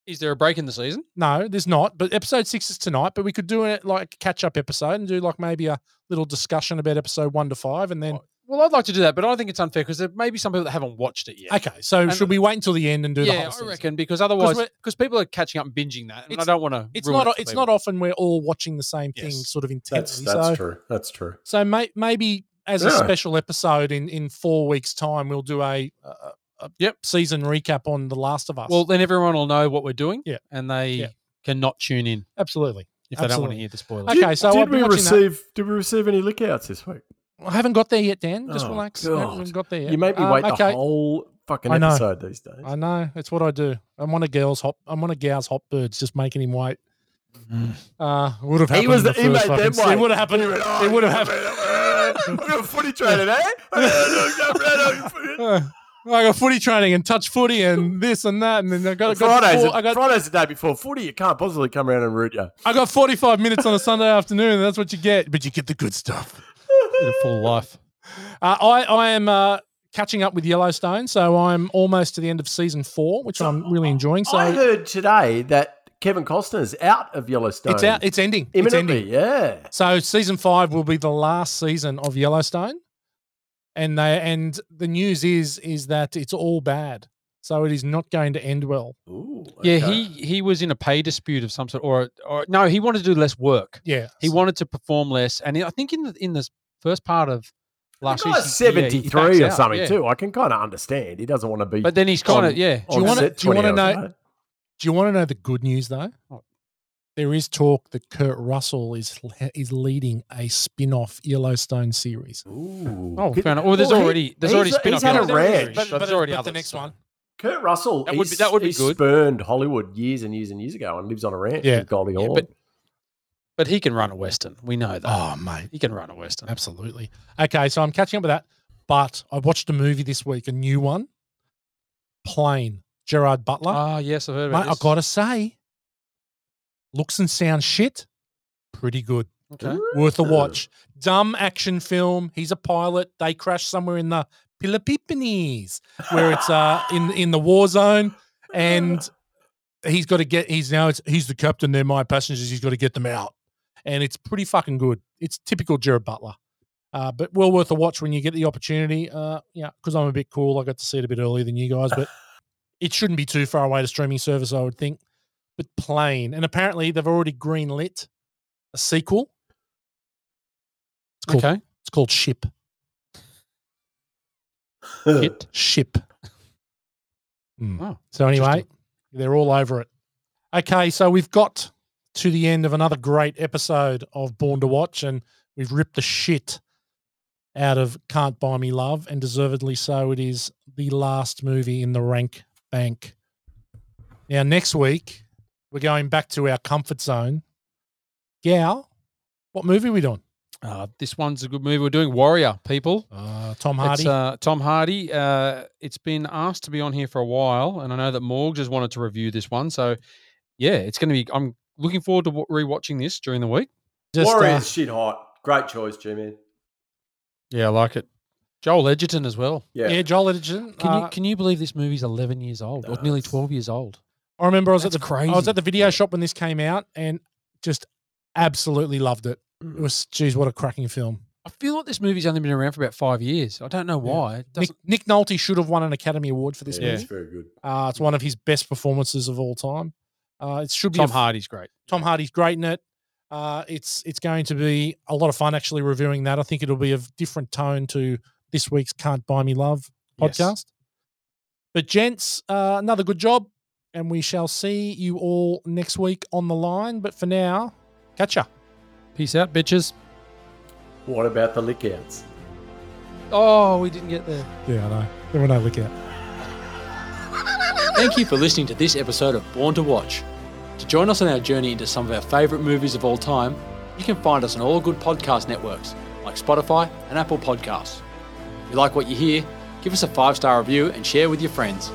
Is there a break in the season?
No, there's not. But episode six is tonight. But we could do it like catch-up episode and do like maybe a little discussion about episode one to five, and then
Well, I'd like to do that, but I think it's unfair because there may be some people that haven't watched it yet.
Okay, so
And-
should we wait until the end and do the
yeah,
whole
I
season?
reckon because otherwise,
we're-
because people are catching up and binging that, and I
It's-
don't want to.
It's not. It's not often we're all watching the same thing,
Yes.
sort of
That's
intensely.
that's
so,
true. That's true.
so may, maybe as a
Yeah.
special episode in in four weeks' time, we'll do a, a, a
Yep.
season recap on The Last of Us.
Well, then everyone will know what we're doing,
Yeah.
and they
Yeah.
cannot tune in
absolutely.
if they don't want
Absolutely.
to hear the spoilers.
Okay,
Did-
so I'll
did
be
we
watching that.
receive did we receive any lickouts this week?
I haven't got there yet, Dan. Just
Oh,
relax. I haven't
God.
even got there yet.
You made me
Um,
wait
okay.
the whole fucking
I know.
episode these days.
I know. It's what I do. I'm one of girls hop. I'm one of gals hop birds, just making him wait. Uh, would have happened.
Mm. He was
the
the, he made
first fucking
them
se-
wait.
It would have happened.
He went, "Oh,
It would have
I'm
happened.
gonna- I'm gonna footy train it, eh? I'm gonna- I'm gonna-
Uh, I got footy training and touch footy and this and that, and then I got, got
Fridays,
four- I got
Fridays the day before footy. You can't possibly come around and root you.
I got 45 minutes on a Sunday afternoon, and that's what you get. But you get the good stuff.
In a full life.
Uh, I I am uh, catching up with Yellowstone, so I'm almost to the end of season four, which I'm really enjoying. So
I heard today that Kevin Costner's out of Yellowstone.
it's out. It's ending. It's
imminently.
ending.
Yeah.
So season five will be the last season of Yellowstone, and they and the news is is that it's all bad. So it is not going to end well.
Ooh,
Yeah, he he was in a pay dispute of some sort, or or no, he wanted to do less work.
Yeah,
He wanted to perform less, and he- I think in the in the first part of last
The
year,
guy's
he- yeah, he
seventy three
backs
or
out,
something
yeah.
too. I can kind of understand. He doesn't want to be.
But then he's kind
On-
of yeah.
Do you wanna-
want
do you wanna know- Do you want to know the good news though?
What?
There is talk that Kurt Russell is is leading a spin-off Yellowstone series.
Ooh.
Oh, fair enough. Well, there's
he-
already there's
he's-
already spin
He's
off.
had a
Yellowstone.
ranch.
But- but-
there's already
but the
others,
next
so-
one.
Kurt Russell.
That would be-
he's-
that would be
he
good.
Spurned Hollywood years and years and years ago, and lives on a ranch
Yeah.
with Goldie
Yeah,
Hawn.
but- But he can run a western. We know that.
Oh mate,
He can run a western.
absolutely. Okay, so I'm catching up with that. But I watched a movie this week, a new one, Plane, Gerard Butler.
Ah, yes, I've heard about
Mate, I
this.
gotta say, looks and sound shit, pretty good.
Okay.
Worth a watch. Dumb action film. He's a pilot. They crash somewhere in the Peloponnese, where it's uh in in the war zone, and he's got to get. He's now it's, he's the captain. They're my passengers. He's got to get them out, and it's pretty fucking good. It's typical Jared Butler. Uh, but well worth a watch when you get the opportunity. Uh, yeah, because I'm a bit cool. I got to see it a bit earlier than you guys, but it shouldn't be too far away to streaming service, I would think. But plain, and apparently they've already greenlit a sequel. It's called,
Okay.
It's called Ship.
Hit.
Ship. Mm.
Oh,
so anyway, they're all over it. Okay, so we've got to the end of another great episode of Born to Watch, and we've ripped the shit out of Can't Buy Me Love, and deservedly so. It is the last movie in the rank bank. Now, next week, we're going back to our comfort zone. Gow, what movie are we doing?
Uh, this one's a good movie. We're doing Warrior, people.
Uh, Tom
It's,
Hardy.
uh, Tom Hardy. Uh, it's been asked to be on here for a while, and I know that Morgs has wanted to review this one. So, yeah, it's going to be. I'm looking forward to wa- rewatching this during the week.
Just, uh,
Warriors shit hot. Great choice, Jimmy.
Yeah, I like it. Joel Edgerton as well.
Yeah.
yeah, Joel Edgerton.
uh, Can
uh,
you can you believe this movie's 11 years old or
No,
nearly
it's-
12 years old?
I remember I was at the
That's
I was
crazy.
at the video shop when this came out and just absolutely loved it. It was geez, what a cracking film.
I feel like this movie's only been around for about five years. I don't know
Yeah.
why. It
Nick,
doesn't,
Nick Nolte should have won an Academy Award for this
yeah, it's
movie.
very good.
Uh, it's one of his best performances of all time. Uh, it should be a
Tom
f-
Hardy's great.
Tom Hardy's great in it. Uh, it's it's going to be a lot of fun actually reviewing that. I think it'll be of different tone to this week's "Can't Buy Me Love"
Yes.
podcast. But gents, uh, another good job, and we shall see you all next week on the line. But for now, catch ya.
Peace out, bitches.
What about the lickouts?
Oh, we didn't get there.
Yeah, I know. There were no look out.
Thank you for listening to this episode of Born to Watch. To join us on our journey into some of our favourite movies of all time, you can find us on all good podcast networks like Spotify and Apple Podcasts. If you like what you hear, give us a five star review and share with your friends.